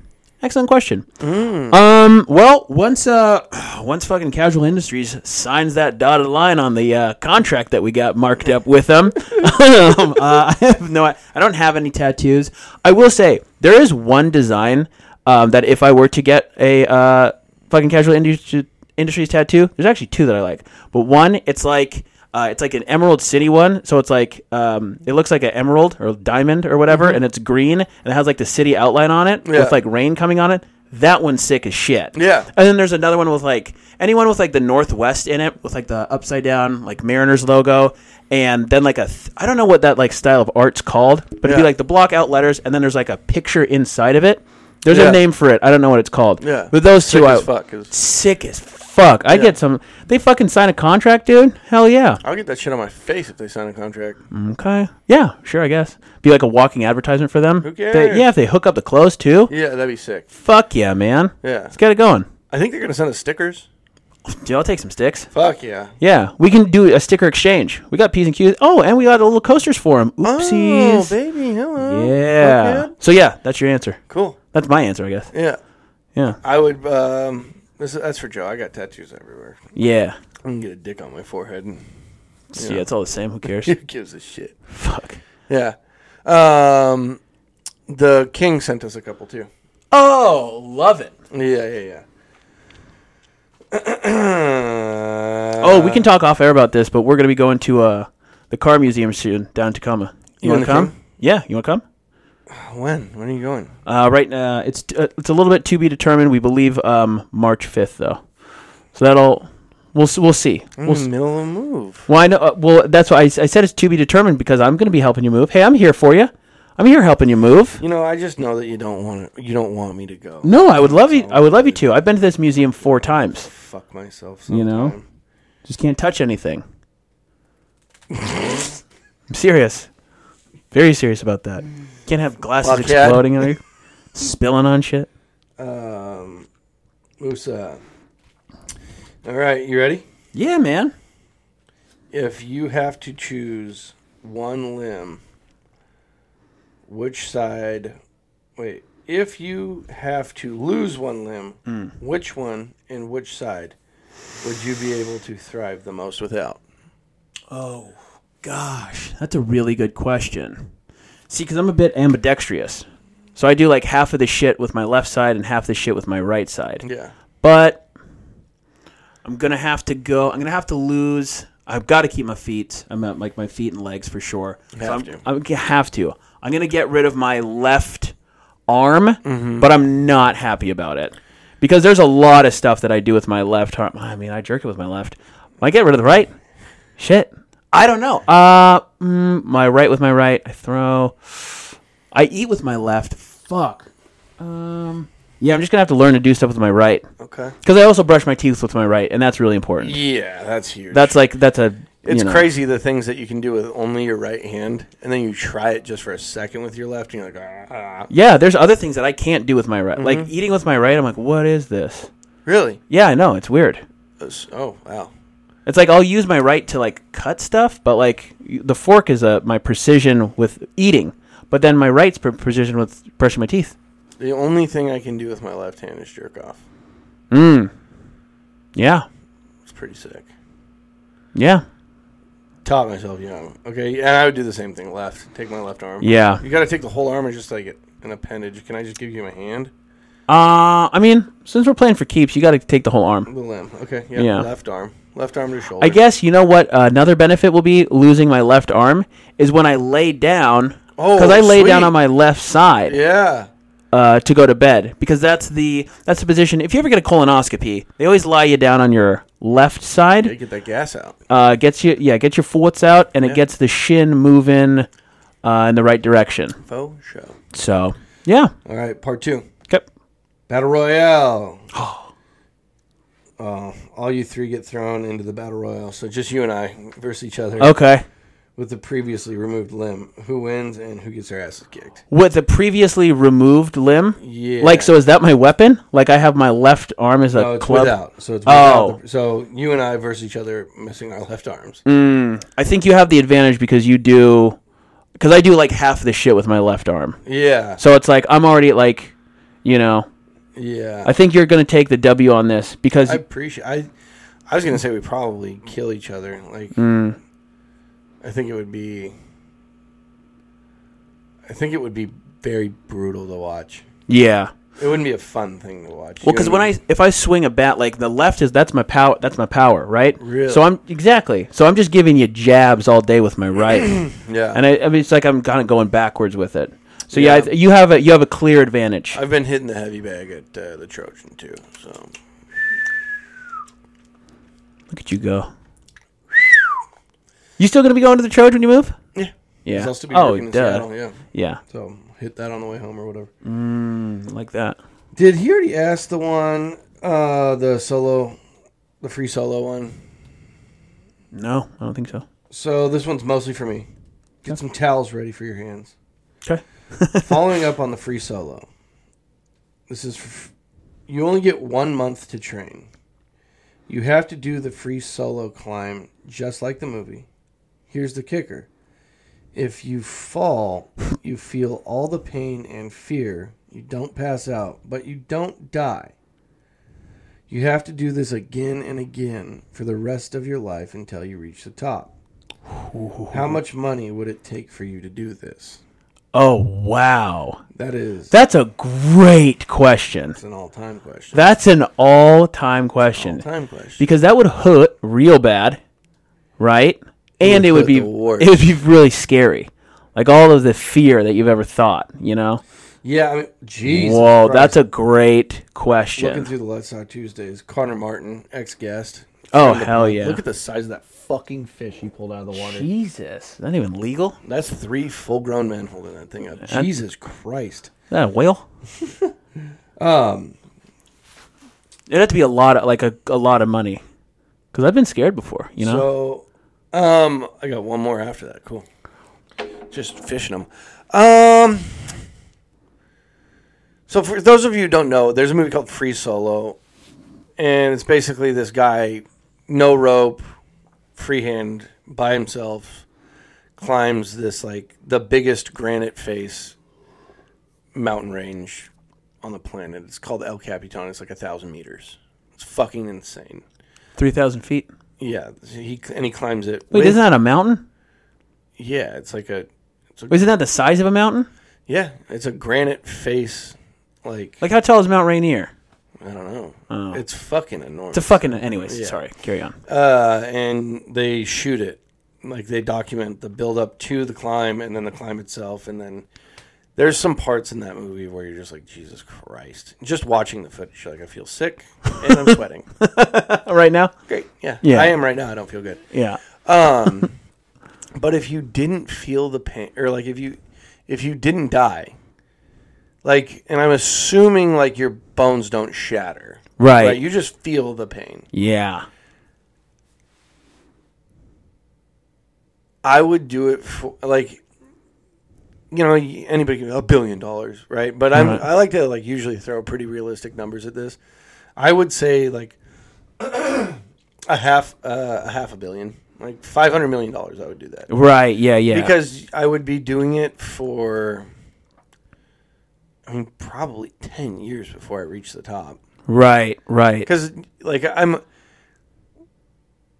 Excellent question. Um, well, once uh, [SIGHS] once fucking Casual Industries signs that dotted line on the uh, contract that we got marked up with them, [LAUGHS] um, uh, I have no, I don't have any tattoos. I will say there is one design um, that if I were to get a uh, fucking Casual Industries Industries tattoo. There's actually two that I like, but one it's like uh, it's like an Emerald City one, so it's like um, it looks like an emerald or diamond or whatever, and it's green and it has like the city outline on it
Yeah.
with like rain coming on it. That one's sick as shit.
Yeah.
And then there's another one with like anyone with like the northwest in it with like the upside down like Mariners logo, and then like a th- I don't know what that like style of art's called, but it'd be
Yeah.
like the block out letters, and then there's like a picture inside of it. There's
Yeah.
a name for it. I don't know what it's called.
Yeah.
But those
Sick
two,
as
I,
fuck is-
sick as fuck. I get some. They fucking sign a contract, dude. Hell yeah.
I'll get that shit on my face if they sign a contract.
Mm-hmm. Okay. Yeah. Sure. I guess be like a walking advertisement for them. Who
cares?
yeah. If they hook up the clothes too.
Yeah, that'd be sick.
Fuck yeah, man.
Yeah.
Let's get it going.
I think they're gonna send us stickers.
Dude, I'll take some sticks.
Fuck yeah.
Yeah, we can do a sticker exchange. We got P's and Q's. Oh, and we got little coasters for them.
Oh,
Oopsies.
baby, hello.
yeah.
Okay.
So yeah, that's your answer.
Cool.
That's my answer, I guess.
Yeah,
Yeah.
I would. Um, this is, that's for Joe. I got tattoos everywhere.
Yeah.
I can get a dick on my forehead, and [LAUGHS]
So, yeah, it's all the same. Who [LAUGHS] cares?
who gives a shit?
Fuck.
Yeah. Um, the king sent us a couple too.
Oh, love it.
Yeah, yeah, yeah. [CLEARS THROAT]
Oh, we can talk off air about this, but we're gonna be going to uh, the car museum soon down in Tacoma. You,
You
wanna
wanna
come?
come?
Yeah, you wanna come?
When? When are you going?
Uh, right now, it's t- uh, it's a little bit to be determined. We believe um, March fifth though, so that'll we'll s- we'll see.
I'm
We'll
in
s-
the middle of a move.
well, I know. Uh, well, that's why I, s- I said it's to be determined because I'm gonna be helping you move. Hey, I'm here for you. I'm here helping you move.
You know, I just know that you don't want to, you don't want me to go.
No, I would love you. I would love you to. I've been to this museum four times.
Fuck myself.
You know?
sometime.
Just can't touch anything. I'm serious. Very serious about that. Can't have glasses
Fuck yeah.
exploding on you, spilling on shit.
Um, Musa. uh, All right, you ready?
Yeah, man.
If you have to choose one limb, which side? Wait. If you have to lose one limb, which one and which side would you be able to thrive the most without?
Gosh, that's a really good question. See, because I'm a bit ambidextrous, so I do like half of the shit with my left side and half the shit with my right side.
Yeah.
But I'm gonna have to go. I'm gonna have to lose. I've got to keep my feet. I'm at like my feet and legs for sure. so I'm,
have to.
I'm gonna have to. I'm gonna get rid of my left arm,
Mm-hmm.
but I'm not happy about it because there's a lot of stuff that I do with my left arm. I mean, I jerk it with my left. I get rid of the right. Shit. I don't know. Uh, mm, my right with my right. I throw. I eat with my left. Fuck. Um. Yeah, I'm just gonna have to learn to do stuff with my right.
Okay.
Because I also brush my teeth with my right, and that's really important.
Yeah, that's huge.
That's like that's a.
It's
you know.
crazy the things that you can do with only your right hand, and then you try it just for a second with your left, and you're like, ah.
Yeah, there's other things that I can't do with my right.
Mm-hmm.
Like eating with my right, I'm like, what is this?
Really?
Yeah, I know it's weird.
That's- Oh, wow.
It's like I'll use my right to like cut stuff, but like y- the fork is uh, my precision with eating, but then my right's pre- precision with brushing my teeth.
The only thing I can do with my left hand is jerk off.
Yeah,
It's pretty sick.
yeah,
Taught myself young. Okay, and I would do the same thing. Left, take my left arm.
yeah.
You got to take the whole arm and just like it, an appendage. Can I just give you my hand?
Uh, I mean, since we're playing for keeps, you got to take the whole arm.
The limb. Okay. Yeah.
Yeah.
Left arm. Left arm to shoulder.
I guess you know what uh, another benefit will be losing my left arm is when I lay down
Oh,
because I lay down
sweet.
on my left side.
Yeah.
uh, to go to bed because that's the that's the position. If you ever get a colonoscopy, they always lie you down on your left
They
side.
get that gas out.
Uh, gets you yeah, gets your forts out, and it gets the shin moving uh, in the right direction.
Faux show.
So yeah,
All right, part two.
okay.
Battle
[GASPS]
Royale. Oh. all you three get thrown into the Battle Royale. So just you and I versus each other
okay.
with the previously removed limb. Who wins and who gets their asses kicked?
With a previously removed limb,
Yeah.
Like so, is that my weapon? Like I have my left arm as a
Oh, it's
club.
without. So it's
Oh. Mm.
without. the- so you and I versus each other missing our left arms.
I think you have the advantage because you do, because I do like half the shit with my left arm.
Yeah.
So it's like I'm already at like, you know,
Yeah.
I think you're gonna take the W on this because
I appreciate. I I was gonna say we probably kill each other. Like,
Mm.
I think it would be. I think it would be very brutal to watch.
yeah.
It wouldn't be a fun thing to watch.
Well, because when I if I swing a bat like the left is that's my power that's my power right.
Really?
So I'm exactly. So I'm just giving you jabs all day with my
[CLEARS THROAT]
right,
yeah,
and
I,
I, I mean it's like I'm kind of going backwards with it. So yeah,
Yeah.
I th- you have a you have a clear advantage.
have been hitting the heavy bag at uh, the Trojan too. So
Look at you go. You still gonna be going to the Trojan when you move?
yeah,
Yeah.
I'll still be
oh,
working in
duh.
Seattle, yeah.
Yeah,
So hit that on the way home or whatever.
like that.
Did he already ask the one, uh, the solo, the free solo one?
No, I don't think so.
So this one's mostly for me. Get some towels ready for your hands.
Okay.
Following up on the free solo, this is f- you only get one month to train. You have to do the free solo climb just like the movie. Here's the kicker if you fall, you feel all the pain and fear. You don't pass out, but you don't die. You have to do this again and again for the rest of your life until you reach the top. How much money would it take for you to do this?
Oh wow,
That is
that's a great question.
That's an all-time question.
That's an all-time question
all-time question.
because that would hurt real bad, right? And
would
it would
hurt
be it
the worst.
would be really scary, like all of the fear that you've ever thought. You know?
yeah, I mean, Jesus.
Whoa,
Christ.
that's a great
looking
question.
through the Let's Talk Tuesdays. Connor Martin, ex-guest.
Oh
Friend of
hell
mine.
yeah!
Look at the size of that fucking fish he pulled out of the water.
Jesus, is that even legal? Is
That's three full-grown men holding that thing up. Jesus Christ.
that
[LAUGHS]
a whale? um,
Um,
it'd have to be a lot of like a, a lot of money, because I've been scared before. You know,
So, um, I got one more after that. Cool. Just fishing them. Um. So for those of you who don't know, there's a movie called Free Solo, and it's basically this guy, no rope, freehand by himself, climbs this like the biggest granite face mountain range on the planet. It's called El Capitan. It's like a thousand meters. It's fucking insane.
three thousand feet.
Yeah, he and he climbs it.
Wait,
with-
isn't that a mountain?
yeah, it's like a, it's a
Wait, Isn't that the size of a mountain?
yeah, it's a granite face. Like,
Like how tall is Mount Rainier?
I don't know, it's fucking enormous.
It's a fucking. Anyways,
Yeah.
sorry. Carry on. [LAUGHS]
uh, and they shoot it. Like they document the build up to the climb and then the climb itself, and then there's some parts in that movie where you're just like Jesus Christ. Just watching the footage, you're like I feel sick and I'm
[LAUGHS]
sweating.
Uh, right now.
Great, yeah,
Yeah.
I am right now. I don't feel good.
Yeah.
But if you didn't feel the pain, or like if you if you didn't die, like, and I'm assuming like your bones don't shatter,
Right.
You just feel the pain.
Yeah.
I would do it for like, you know, y- anybody can a billion dollars, right? But I'm I like to like usually throw pretty realistic numbers at this. I would say like [CLEARS THROAT] a half uh, a half a billion, like five hundred million dollars. I would do that.
Right. Yeah. Yeah.
because I would be doing it for, I mean, probably ten years before I reach the top.
right. Right.
Because like I'm,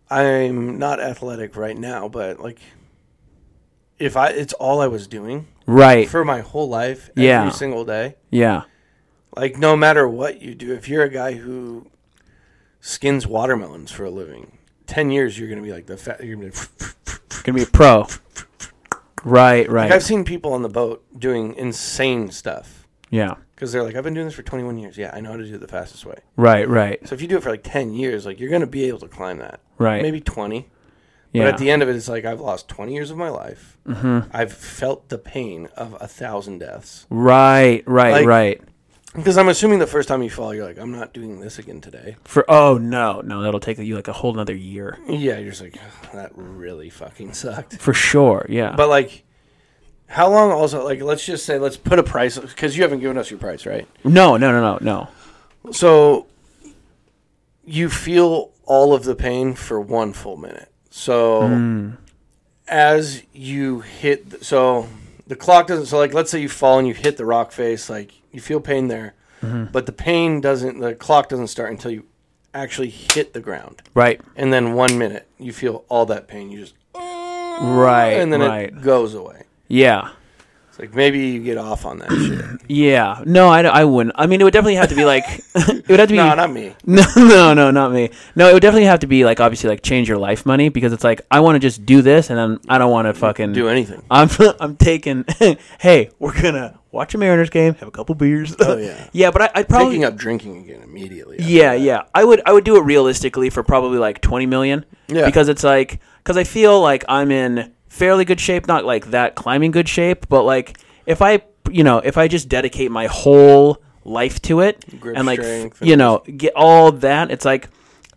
I'm not athletic right now, but like, if I, it's all I was doing
Right.
for my whole life, every
Yeah.
single day.
yeah.
Like no matter what you do, if you're a guy who skins watermelons for a living, ten years you're gonna be like the fat. You're gonna be [LAUGHS]
Gonna be a pro. Right. Right.
Like I've seen people on the boat doing insane stuff.
Yeah.
because they're like, I've been doing this for 21 years. Yeah, I know how to do it the fastest way.
Right. Right.
So if you do it for like 10 years, like you're going to be able to climb that.
Right.
Maybe 20.
Yeah. Mm-hmm.
But at the end of it, it's like I've lost 20 years of my life. I've felt the pain of a thousand deaths.
right. Right.
Like-
right.
Because I'm assuming the first time you fall, you're like, I'm not doing this again today.
For oh no no that'll take you like a whole another year
Yeah, you're just like, that really fucking sucked.
for sure. Yeah.
But like, how long also, like, let's just say, let's put a price, because you haven't given us your price, right?
no no no no no.
So you feel all of the pain for one full minute. So as you hit, th- so the clock doesn't. So like, let's say you fall and you hit the rock face, like you feel pain there, but the pain doesn't. The clock doesn't start until you actually hit the ground,
Right.
and then one minute you feel all that pain. You just
Right.
and then
right.
it goes away.
yeah.
It's like maybe you get off on that shit.
Yeah. No, I, I wouldn't. I mean, it would definitely have to be like [LAUGHS] it would have to be
No, not me.
[LAUGHS] no, no, no, not me. No, it would definitely have to be like obviously like change your life money because it's like I want to just do this and then I don't want to fucking
Do anything.
I'm [LAUGHS] I'm taking. hey, we're gonna watch a Mariners game, have a couple beers. [LAUGHS] Oh
yeah.
yeah. But I, I'd probably
Picking up drinking again immediately. after
yeah,
that.
yeah. I would I would do it realistically for probably like 20 million.
Yeah.
Because it's like cuz I feel like I'm in fairly good shape, not like that climbing good shape, but like if I, you know, if I just dedicate my whole life to it
Grip
and like
strength
you
and-
know, get all that, it's like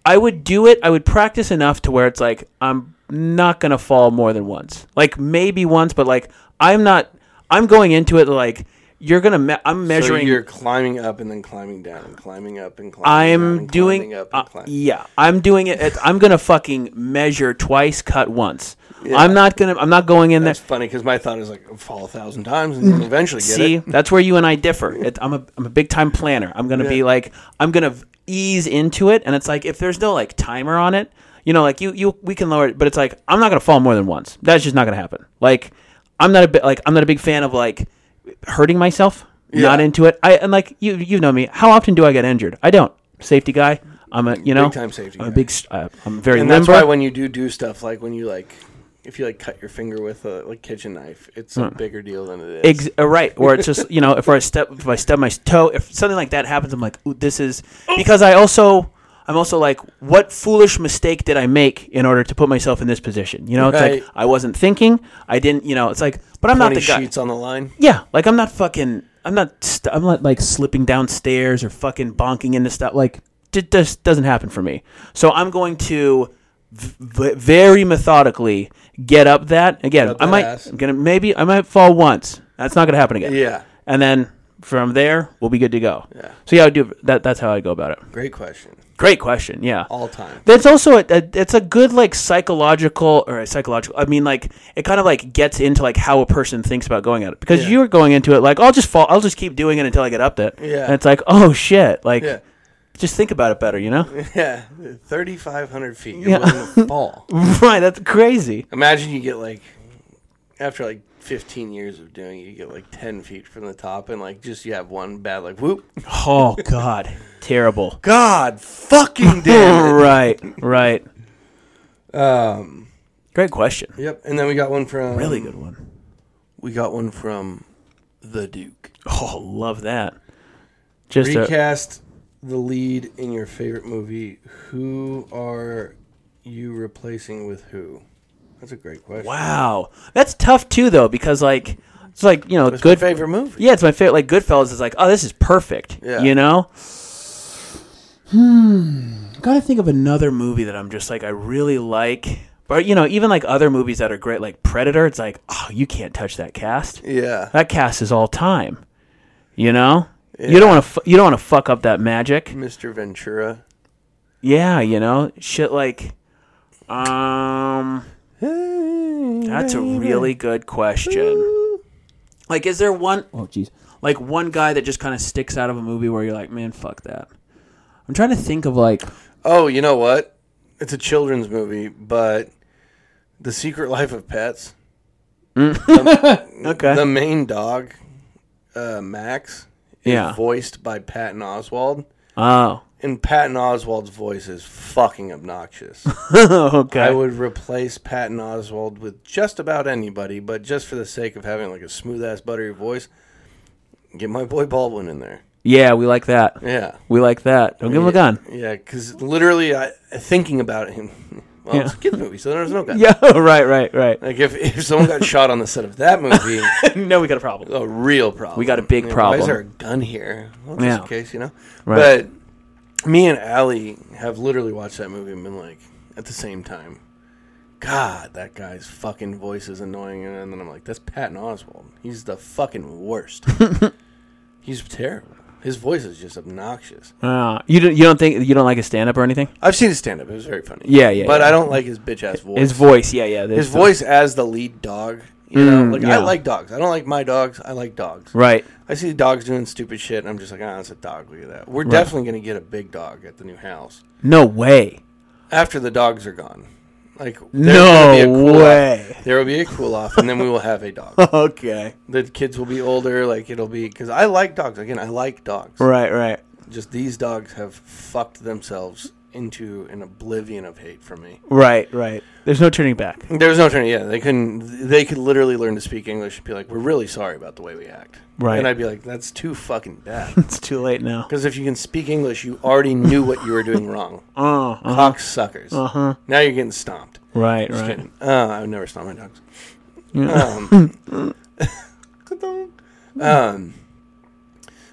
I would do it. I would practice enough to where it's like I'm not going to fall more than once. Like maybe once, but like I'm not I'm going into it like you're going to me- I'm measuring
So you're climbing up and then climbing down and climbing up and climbing down
I'm
and
doing.
climbing up
uh,
and climbing.
yeah, I'm doing it. At, I'm gonna fucking measure twice, cut once. I'm not gonna. I'm not going in there.
That's funny because my thought is like fall a thousand times and you'll eventually get
See,
it.
that's where you and I differ. It, I'm a I'm a big time planner. I'm gonna be
Yeah.
like I'm gonna v- ease into it, and it's like if there's no like timer on it, you know, like you you we can lower it, but it's like I'm not gonna fall more than once. That's just not gonna happen. Like I'm not a bit like I'm not a big fan of like hurting myself. Not
Yeah.
into it. I and like you you know me. How often do I get injured? I don't. Safety guy. I'm a you know
time safety
I'm a
guy.
big. st- Uh, I'm very
And that's
limber.
why when you do do stuff like when you like if you like cut your finger with a like kitchen knife, it's a bigger deal than it is.
Hmm. Ex- uh, right, or it's just you know, if I step, if I stub my toe, if something like that happens, I'm like, Ooh, this is because I also, I'm also like, what foolish mistake did I make in order to put myself in this position? You know, it's
Right.
like I wasn't thinking, I didn't, you know, it's like, but I'm not
Twenty
the guy.
sheets on the line.
Yeah, like I'm not fucking, I'm not, st- I'm not like slipping downstairs or fucking bonking into stuff. Like it just doesn't happen for me. So I'm going to v- v- very methodically get up that again.
up
I
that
might,
ass.
I'm gonna maybe I might fall once. That's not gonna happen again.
Yeah.
and then from there we'll be good to go. Yeah. So yeah, I would do that. That's how I go about it.
Great question. [LAUGHS]
Great question. Yeah.
All time.
That's also a, a it's a good like psychological or a psychological. I mean, like it kind of like gets into like how a person thinks about going at it because you're going into it like I'll just fall, I'll just keep doing it until I get up to it.
Yeah.
and it's like oh shit, like
Yeah.
just think about it better, you know? [LAUGHS]
Yeah. Thirty five hundred feet. You're willing to fall.
[LAUGHS] right, that's crazy.
Imagine you get like after like fifteen years of doing it, you get like ten feet from the top and like just you have one bad like whoop.
Oh god, terrible.
God fucking [LAUGHS] damn it.
right, right. Um, great question.
Yep, and then we got one from
Really good one.
We got one from the Duke.
Oh, love that. Just a,
Recast the lead in your favorite movie. Who are you replacing with who? That's a great question.
wow, that's tough too though because like it's like you know
That's
good
my favorite movie.
Yeah, it's my favorite. Like Goodfellas is like, oh, this is perfect.
Yeah.
You know. Hmm. Got to think of another movie that I'm just like I really like, but you know, even like other movies that are great, like Predator. It's like, oh, you can't touch that cast.
Yeah.
That cast is all time. You know. You don't want to. F- you don't want to fuck up that magic.
Mr. Ventura.
Yeah. You know, shit like. Um. That's a really good question. Like, is there one?
Oh, jeez.
like one guy that just kind of sticks out of a movie where you're like, man, fuck that. I'm trying to think of like,
Oh, you know what? It's a children's movie, but The Secret Life of Pets.
okay,
[LAUGHS] The main dog, uh, Max, is
Yeah.
voiced by Patton Oswald.
oh,
And Patton Oswald's voice is fucking obnoxious.
[LAUGHS] okay,
I would replace Patton Oswald with just about anybody, but just for the sake of having like a smooth ass buttery voice, Get my boy Baldwin in there.
Yeah, we like that.
Yeah.
We like that. Don't give him a gun.
[LAUGHS] Yeah, because literally, I thinking about him. [LAUGHS] Well, it's a kids movie, so there's no gun.
Yeah, [LAUGHS] right, right,
[LAUGHS]
right.
Like if, if someone got shot on the set of that
[LAUGHS]
movie,
no, we got a problem.
a real problem.
We got a big
I mean, Why
problem.
is there a gun here? Well, just
Yeah.
in case, you know.
Right.
But me and Allie have literally watched that movie and been like, at the same time, God, that guy's fucking voice is annoying. And then I'm like, that's Patton Oswald. He's the fucking
[LAUGHS]
worst. He's terrible. His voice is just obnoxious.
Uh, you don't, you don't think you don't like his stand up or anything?
I've seen his stand up. It was very funny.
Yeah, yeah,
But
yeah.
I don't like his bitch ass voice.
His voice, yeah, yeah.
his voice as the lead dog. You know, like
Mm,
I
yeah.
like dogs. I don't like my dogs. I like dogs.
Right.
I see dogs doing stupid shit, and I'm just like, ah, it's a dog. Look at that. We're definitely gonna get a big dog at the new house
No way.
after the dogs are gone. Like there's
No
gonna be a cool-off.
way.
[LAUGHS] There will be a cool off, and then we will have a
[LAUGHS]
dog.
Okay.
the kids will be older. Like it'll be because I like dogs. Again, I like dogs.
Right, right.
Just these dogs have fucked themselves into an oblivion of hate from me.
Right, right. There's no turning back. [LAUGHS]
There was no turning. Yeah, they couldn't. They could literally learn to speak English and be like, "We're really sorry about the way we act."
Right.
And I'd be like, "That's too fucking bad."
It's too late now.
Because if you can speak English, you already knew what you were
[LAUGHS]
doing wrong.
Oh, uh,
Cocksuckers. suckers. Uh-huh. Now you're getting stomped.
right,
Just
right.
kidding. Uh, I would never stomp my dogs. Um,
[LAUGHS]
[LAUGHS] Ka-dunk. um,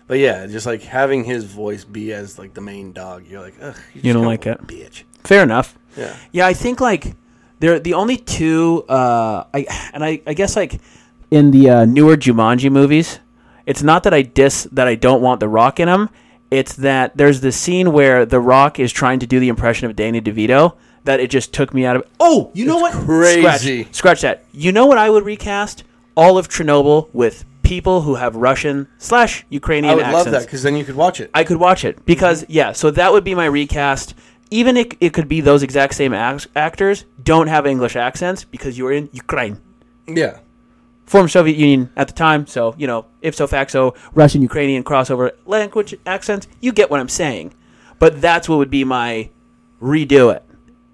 but yeah, just like having his voice be as like the main dog, you're like, ugh, you,
don't like it.
bitch.
Fair enough.
Yeah.
Yeah, I think like they're the only two. Uh, I and I, I guess like in the uh, newer Jumanji movies, it's not that I diss that I don't want The Rock in them. It's that there's the scene where The Rock is trying to do the impression of Danny DeVito that it just took me out of. Oh, you know
It's
what?
crazy.
Scratch, scratch that. You know what? I would recast all of Chernobyl with people who have Russian slash Ukrainian
I would
accents.
love that because then you could watch it.
I could watch it because yeah, so that would be my recast. Even it, it could be those exact same act- actors don't have English accents because you were in Ukraine,
yeah.
former Soviet Union at the time. So you know, ipso facto, Russian Ukrainian crossover language accents. You get what I'm saying, but that's what would be my redo it.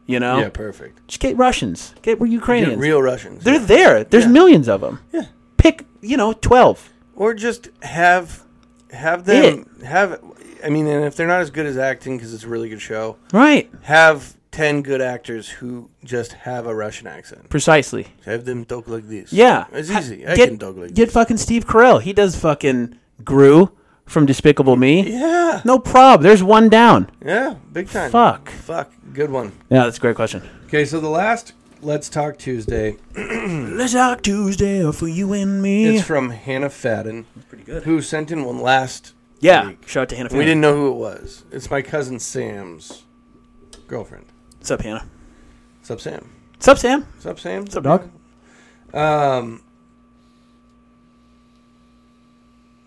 You know,
Yeah. Perfect.
just get Russians, get Ukrainians.
Get real Russians.
They're there. There's millions of them. Yeah, pick you know twelve.
or just have have them have i mean and if they're not as good as acting because it's a really good show
Right,
have 10 good actors who just have a russian accent
precisely.
have them talk like this
Yeah,
it's
Ha-
easy i
get,
can talk like
get fucking Steve Carell. He does fucking Gru from Despicable Me.
this yeah
No prob. There's one down.
yeah big time
Fuck.
fuck good one
Yeah, that's a great question.
okay so the last let's talk tuesday
Let's talk Tuesday for you and me.
it's from hannah fadden
pretty good.
who sent in one last
yeah,
week.
shout out to Hannah.
we didn't know who it was it's my cousin sam's girlfriend
What's up, Hannah?
what's up sam
What's up, Sam?
what's up sam Um, what's
up, dog?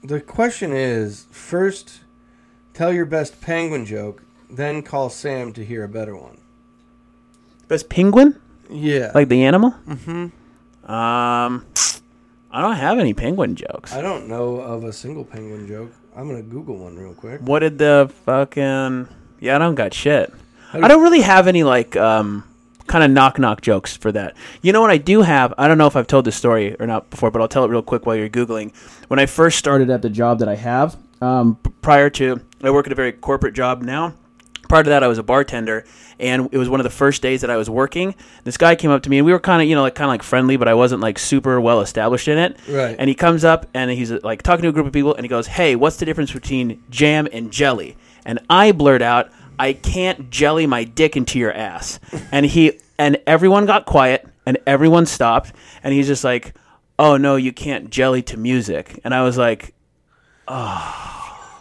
The question is first tell your best penguin joke, then call Sam to hear a better one.
Best penguin,
Yeah.
like the animal. Mm-hmm. Um, I don't have any penguin jokes.
I don't know of a single penguin joke. I'm going to Google one real quick.
what did the fucking? Yeah, I don't got shit. I don't really have any like um kind of knock knock jokes for that. You know what I do have? I don't know if I've told this story or not before, but I'll tell it real quick while you're googling. When I first started
started at the job that I have. Um,
prior to I work at a very corporate job now. Prior to that, I was a bartender, and it was one of the first days that I was working. This guy came up to me, and we were kind of, you know, like kind of like friendly, but I wasn't like super well established in it.
Right.
And he comes up, and he's uh, like talking to a group of people, and he goes, "Hey, what's the difference between jam and jelly?" And I blurt out, "I can't jelly my dick into your [LAUGHS] ass." and he and everyone got quiet, and everyone stopped, and he's just like, "Oh no, you can't jelly to music." And I was like, "Ah,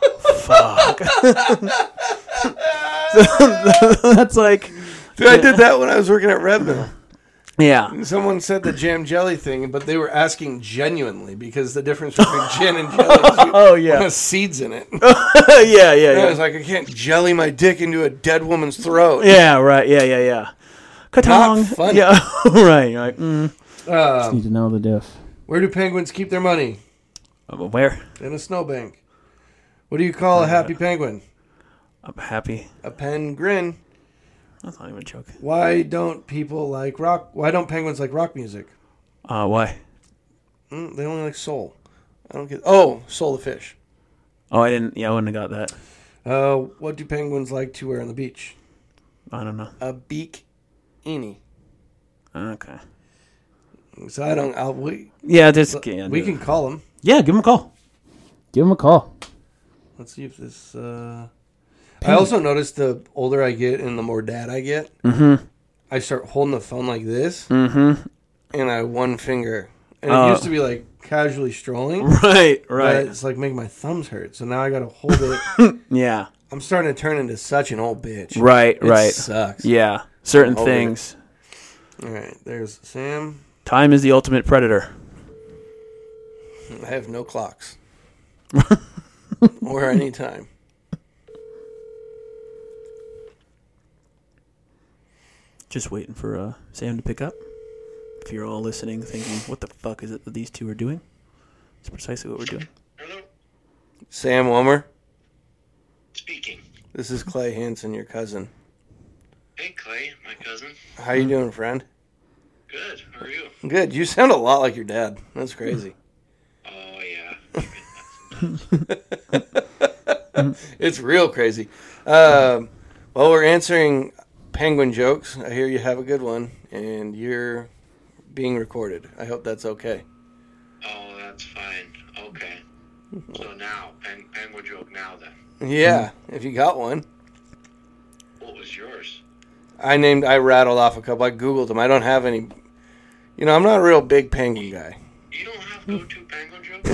[LAUGHS] "That's like."
Dude, I did that when I was working at Red Mill.
Yeah.
Someone said the jam jelly thing, but they were asking genuinely because the difference
[LAUGHS]
between gin and jelly is you
Oh yeah.
have seeds in it.
[LAUGHS] yeah, yeah, [LAUGHS]
I
yeah.
was like, I can't jelly my dick into a dead woman's throat.
Yeah, right. Yeah, yeah, yeah. Katong.
funny. Um,
Yeah, [LAUGHS] right. You're like, mm.
need to know the diff.
Where do penguins keep their money?
I'm Uh, where?
In a snowbank. What do you call a
[LAUGHS]
happy penguin?
I'm happy.
A penguin.
That's not even a joke.
Why don't people like rock? Why don't penguins like rock music?
Uh, why?
Mm, they Hmm, only like soul. I don't get. Oh, soul of fish.
Oh, I didn't. Yeah, I wouldn't have got that.
Uh, what do penguins like to wear on the beach?
I don't know.
A beak, any.
Okay.
So I don't. I'll, we
Yeah, this yeah,
we
do
can
it.
call them.
Yeah, give him a call.
Give him a call.
Let's see if this. Uh... I also noticed the older I get and the more dad I get, mm-hmm. I start holding the phone like this, mm-hmm. and I one finger. And it
Oh.
used to be like casually strolling,
[LAUGHS] Right,
but
right.
it's like make my thumbs hurt. So now I got to hold
[LAUGHS]
it.
Yeah,
I'm starting to turn into such an old bitch.
right,
It
right.
Sucks.
Yeah, certain
Over it.
things.
All right. There's Sam.
Time is the ultimate predator.
I have no
[LAUGHS]
clocks or any time.
Just waiting for uh, Sam to pick up. If you're all listening, thinking, what the fuck is it that these two are doing? It's precisely what we're doing.
Hello?
Sam Wilmer.
Speaking.
This is Clay Hansen, your cousin.
Hey, Clay, my cousin.
How you doing, friend?
Good. How are you?
Good. You sound a lot like your dad. That's crazy.
Oh, yeah.
It's real crazy. Um, well, we're answering penguin jokes. I hear you have a good one, and you're being recorded. I hope that's okay.
Oh, that's fine. Okay. So now, pen- penguin joke now then.
Yeah, if you got one.
What was yours?
I named. I rattled off a couple. I googled them. I don't have any. You know, I'm not a real big penguin guy.
You don't have go-to penguin jokes?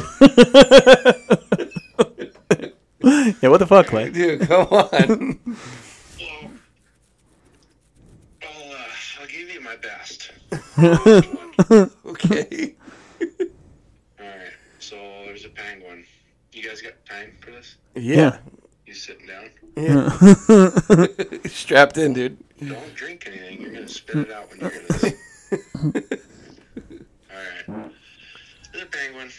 Yeah, what the fuck, Clay?
Dude, come on. [LAUGHS]
well, I'll, uh, I'll give you my [LAUGHS] best.
okay.
Alright, so there's a penguin. You guys got time for this?
[LAUGHS]
Yeah.
You sitting down?
[LAUGHS] Strapped in, dude.
Don't drink anything. You're gonna spit it out when you hear this. All right. There's a penguin.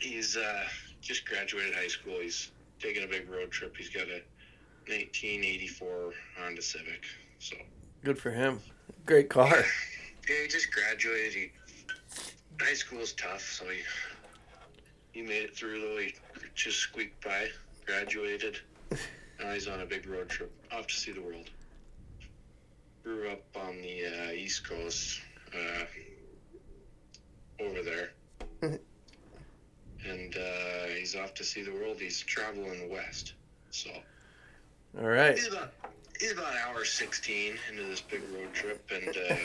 He's uh, just graduated high school. He's taking a big road trip. He's got a 1984 Honda Civic. So
Good for him. Great car.
yeah, he just graduated. He, high school's tough, so he he made it through though. He just squeaked by. Graduated. Now he's on a big road trip off to see the world. Grew up on the uh, East Coast, uh, over there, and uh, he's off to see the world. He's traveling the West, so
All right.
he's about he's about hour sixteen into this big road trip, and uh,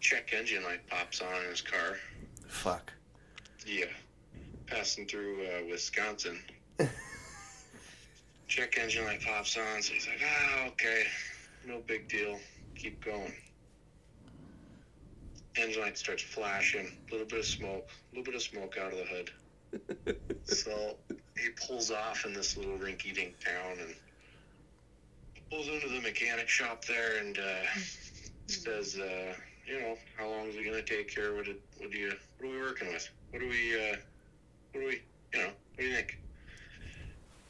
check engine light pops on in his car.
Fuck.
Yeah, passing through uh, Wisconsin. check engine light pops on, so he's like, ah, okay, no big deal, keep going. Engine light starts flashing, a little bit of smoke, a little bit of smoke out of the hood. so he pulls off in this little rinky-dink town and pulls into the mechanic shop there and uh, says, uh, you know, how long is it gonna take here? What did, what do you what are we working with? What do we uh, what do we you know, what do you think?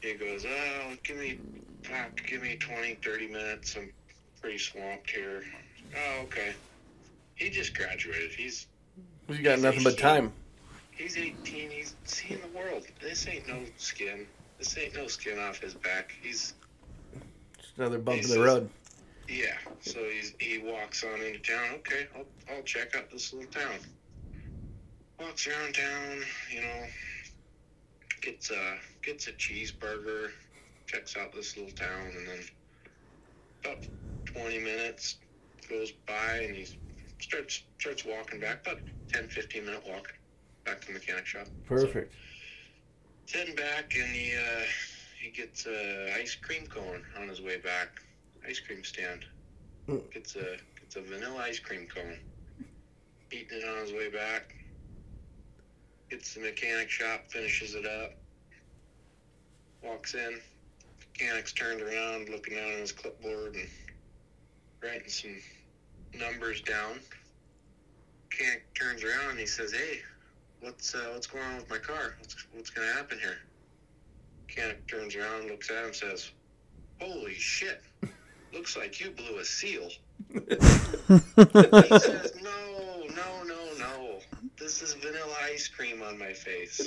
He goes, Oh, give me fuck, give me 20, 30 minutes, I'm pretty swamped here. Oh, okay. He just graduated. He's
You got nothing but time.
He's 18. He's seeing the world. This ain't no skin. This ain't no skin off his back. He's
Just another bump in the road.
yeah. So he's he walks on into town. Okay, I'll I'll check out this little town. Walks around town. You know, gets a gets a cheeseburger. Checks out this little town, and then about 20 minutes goes by, and he starts starts walking back. About 10, 15 minute walk back to the mechanic shop.
Perfect.
sitting back and he uh, he gets a ice cream cone on his way back. Ice cream stand.
Mm.
Gets a gets a vanilla ice cream cone. Eating it on his way back. Gets to the mechanic shop, finishes it up. Walks in. Mechanic's turned around, looking down at his clipboard and writing some numbers down. Mechanic turns around and he says, "Hey, what's uh, what's going on with my car? What's what's gonna happen here? Mechanic turns around, looks at him, says, "Holy shit! Looks like you blew a seal." he says, "No, no, no, no. This this is vanilla ice cream on my face.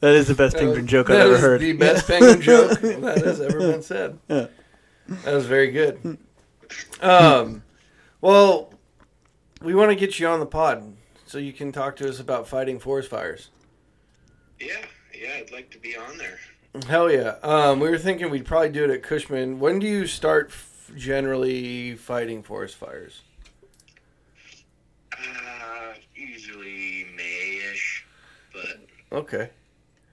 That is the best penguin joke I've
That
ever
is
heard.
The best penguin joke that has ever been said. That was very good. Um, well, we want to get you on the pod so you can talk to us about fighting forest fires.
yeah, yeah, I'd like to be on there.
Hell yeah. Um, we were thinking we'd probably do it at Cushman. When do you start f- generally fighting forest fires?
Uh, usually May-ish, but
Okay.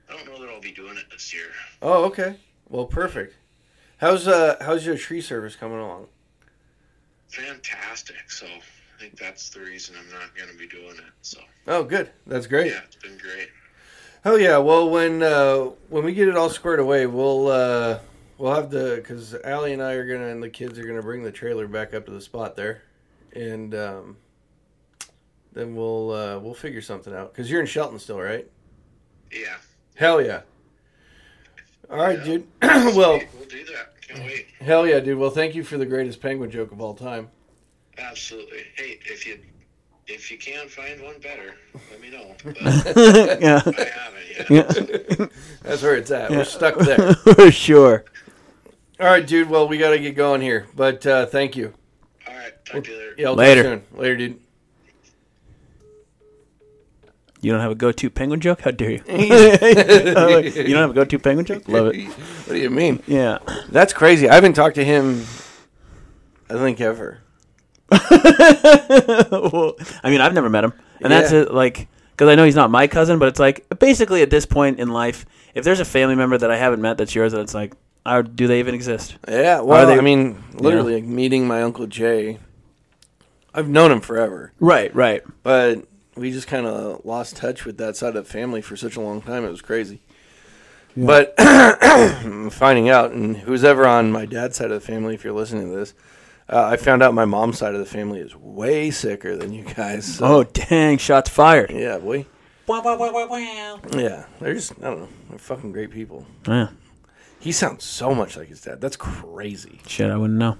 I don't know that I'll be doing it this year.
Oh, okay. Well, perfect. How's uh how's your tree service coming along?
Fantastic. So I think that's the reason I'm not going to be doing it. So
Oh, good. That's great.
yeah, it's been great.
Oh yeah. Well, when uh, when we get it all squared away, we'll uh, we'll have the because Allie and I are gonna and the kids are gonna bring the trailer back up to the spot there, and um, then we'll uh, we'll figure something out. Cause you're in Shelton still, right?
Yeah.
Hell yeah. All right,
Yeah.
dude. [CLEARS THROAT] well,
Sweet, we'll do that. Can't wait.
hell yeah, dude. Well, thank you for the greatest penguin joke of all time.
Absolutely. Hey, if you if you can find one better, let me know. But
[LAUGHS] [LAUGHS] yeah.
I haven't yet.
That's where it's at. We're stuck
[LAUGHS]
there.
For sure.
all right, dude. Well, we gotta get going here, but uh, thank you.
All right. Talk to you later.
Yeah, I'll
Later.
Talk soon. Later, dude.
You don't have a go-to penguin joke?
[LAUGHS]
How dare you? Oh, you don't have a go-to penguin joke? Love it.
what do you mean?
Yeah. [LAUGHS]
That's crazy. I haven't talked to him. I think ever.
Well, I mean, I've never met him, and that's
Yeah.
it. Like, because I know he's not my cousin, but it's like basically at this point in life, if there's a family member that I haven't met that's yours, then it's like, are, do they even exist?
Yeah. Well,
Are they-
I mean, literally like, meeting my uncle Jay. I've known him forever,
Right. Right.
but we just kind of lost touch with that side of the family for such a long time. It was crazy. But I'm [COUGHS] finding out, and who's ever on my dad's side of the family, if you're listening to this, uh, I found out my mom's side of the family is way sicker than you guys. So,
Oh dang! Shots fired.
yeah, boy.
Wow, wow, wow, wow, wow.
Yeah, they're just I don't know. They're fucking great people.
Yeah.
He sounds so much like his dad. That's crazy.
Shit, I wouldn't know.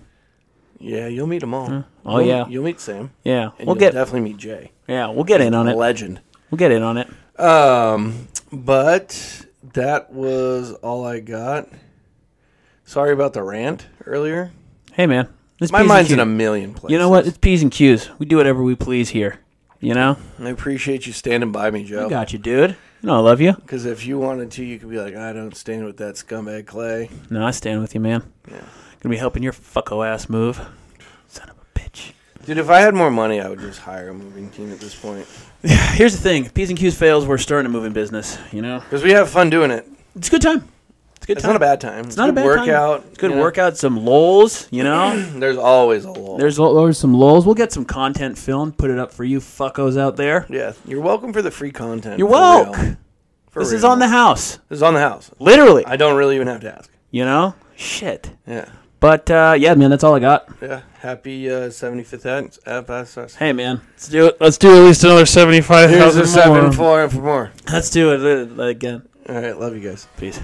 Yeah, you'll meet them all.
Oh,
You'll-
yeah.
you'll meet Sam.
Yeah,
and you'll
we'll get.
definitely meet Jay.
yeah, we'll get in on it.
Legend.
We'll get in on it.
Um, but that was all I got. Sorry about the rant earlier.
Hey man, this
My
P's and
mind's
Q's.
in a million places.
You know what? It's p's and q's. We do whatever we please here. You know.
I appreciate you standing by me,
I
Joe.
got you, dude. You know I love you.
Because if you wanted to, you could be like, I don't stand with that scumbag Clay.
No, I stand with you, man. Gonna be helping your fucko ass move. Son of a bitch.
Dude, if I had more money, I would just hire a moving team at this point.
[LAUGHS] Here's the thing: P's and Q's fails, we're starting to move in business. You know,
Because we have fun doing it.
it's a good time. It's a good
It's
time.
not a bad time. It's
not a
good
bad time.
workout.
It's good
you know?
workout. Some lulls.
[CLEARS THROAT]
You know,
There's always a lull.
there's lu- there's some lulls. We'll get some content filmed, put it up for you fuckos out there.
Yeah, you're welcome for the free content.
You're
for real.
woke.
For
This is
real.
on the house,
This is on the house.
literally.
I don't really even have to ask.
You know, shit.
Yeah,
But uh, yeah, man, that's all I got.
yeah. Happy uh, 75th ans- episode.
Hey, man, let's do it. Let's do at least another seventy-five
Here's a
thousand
seven
more.
four for more.
Let's do it uh, again.
All right, love you guys.
Peace.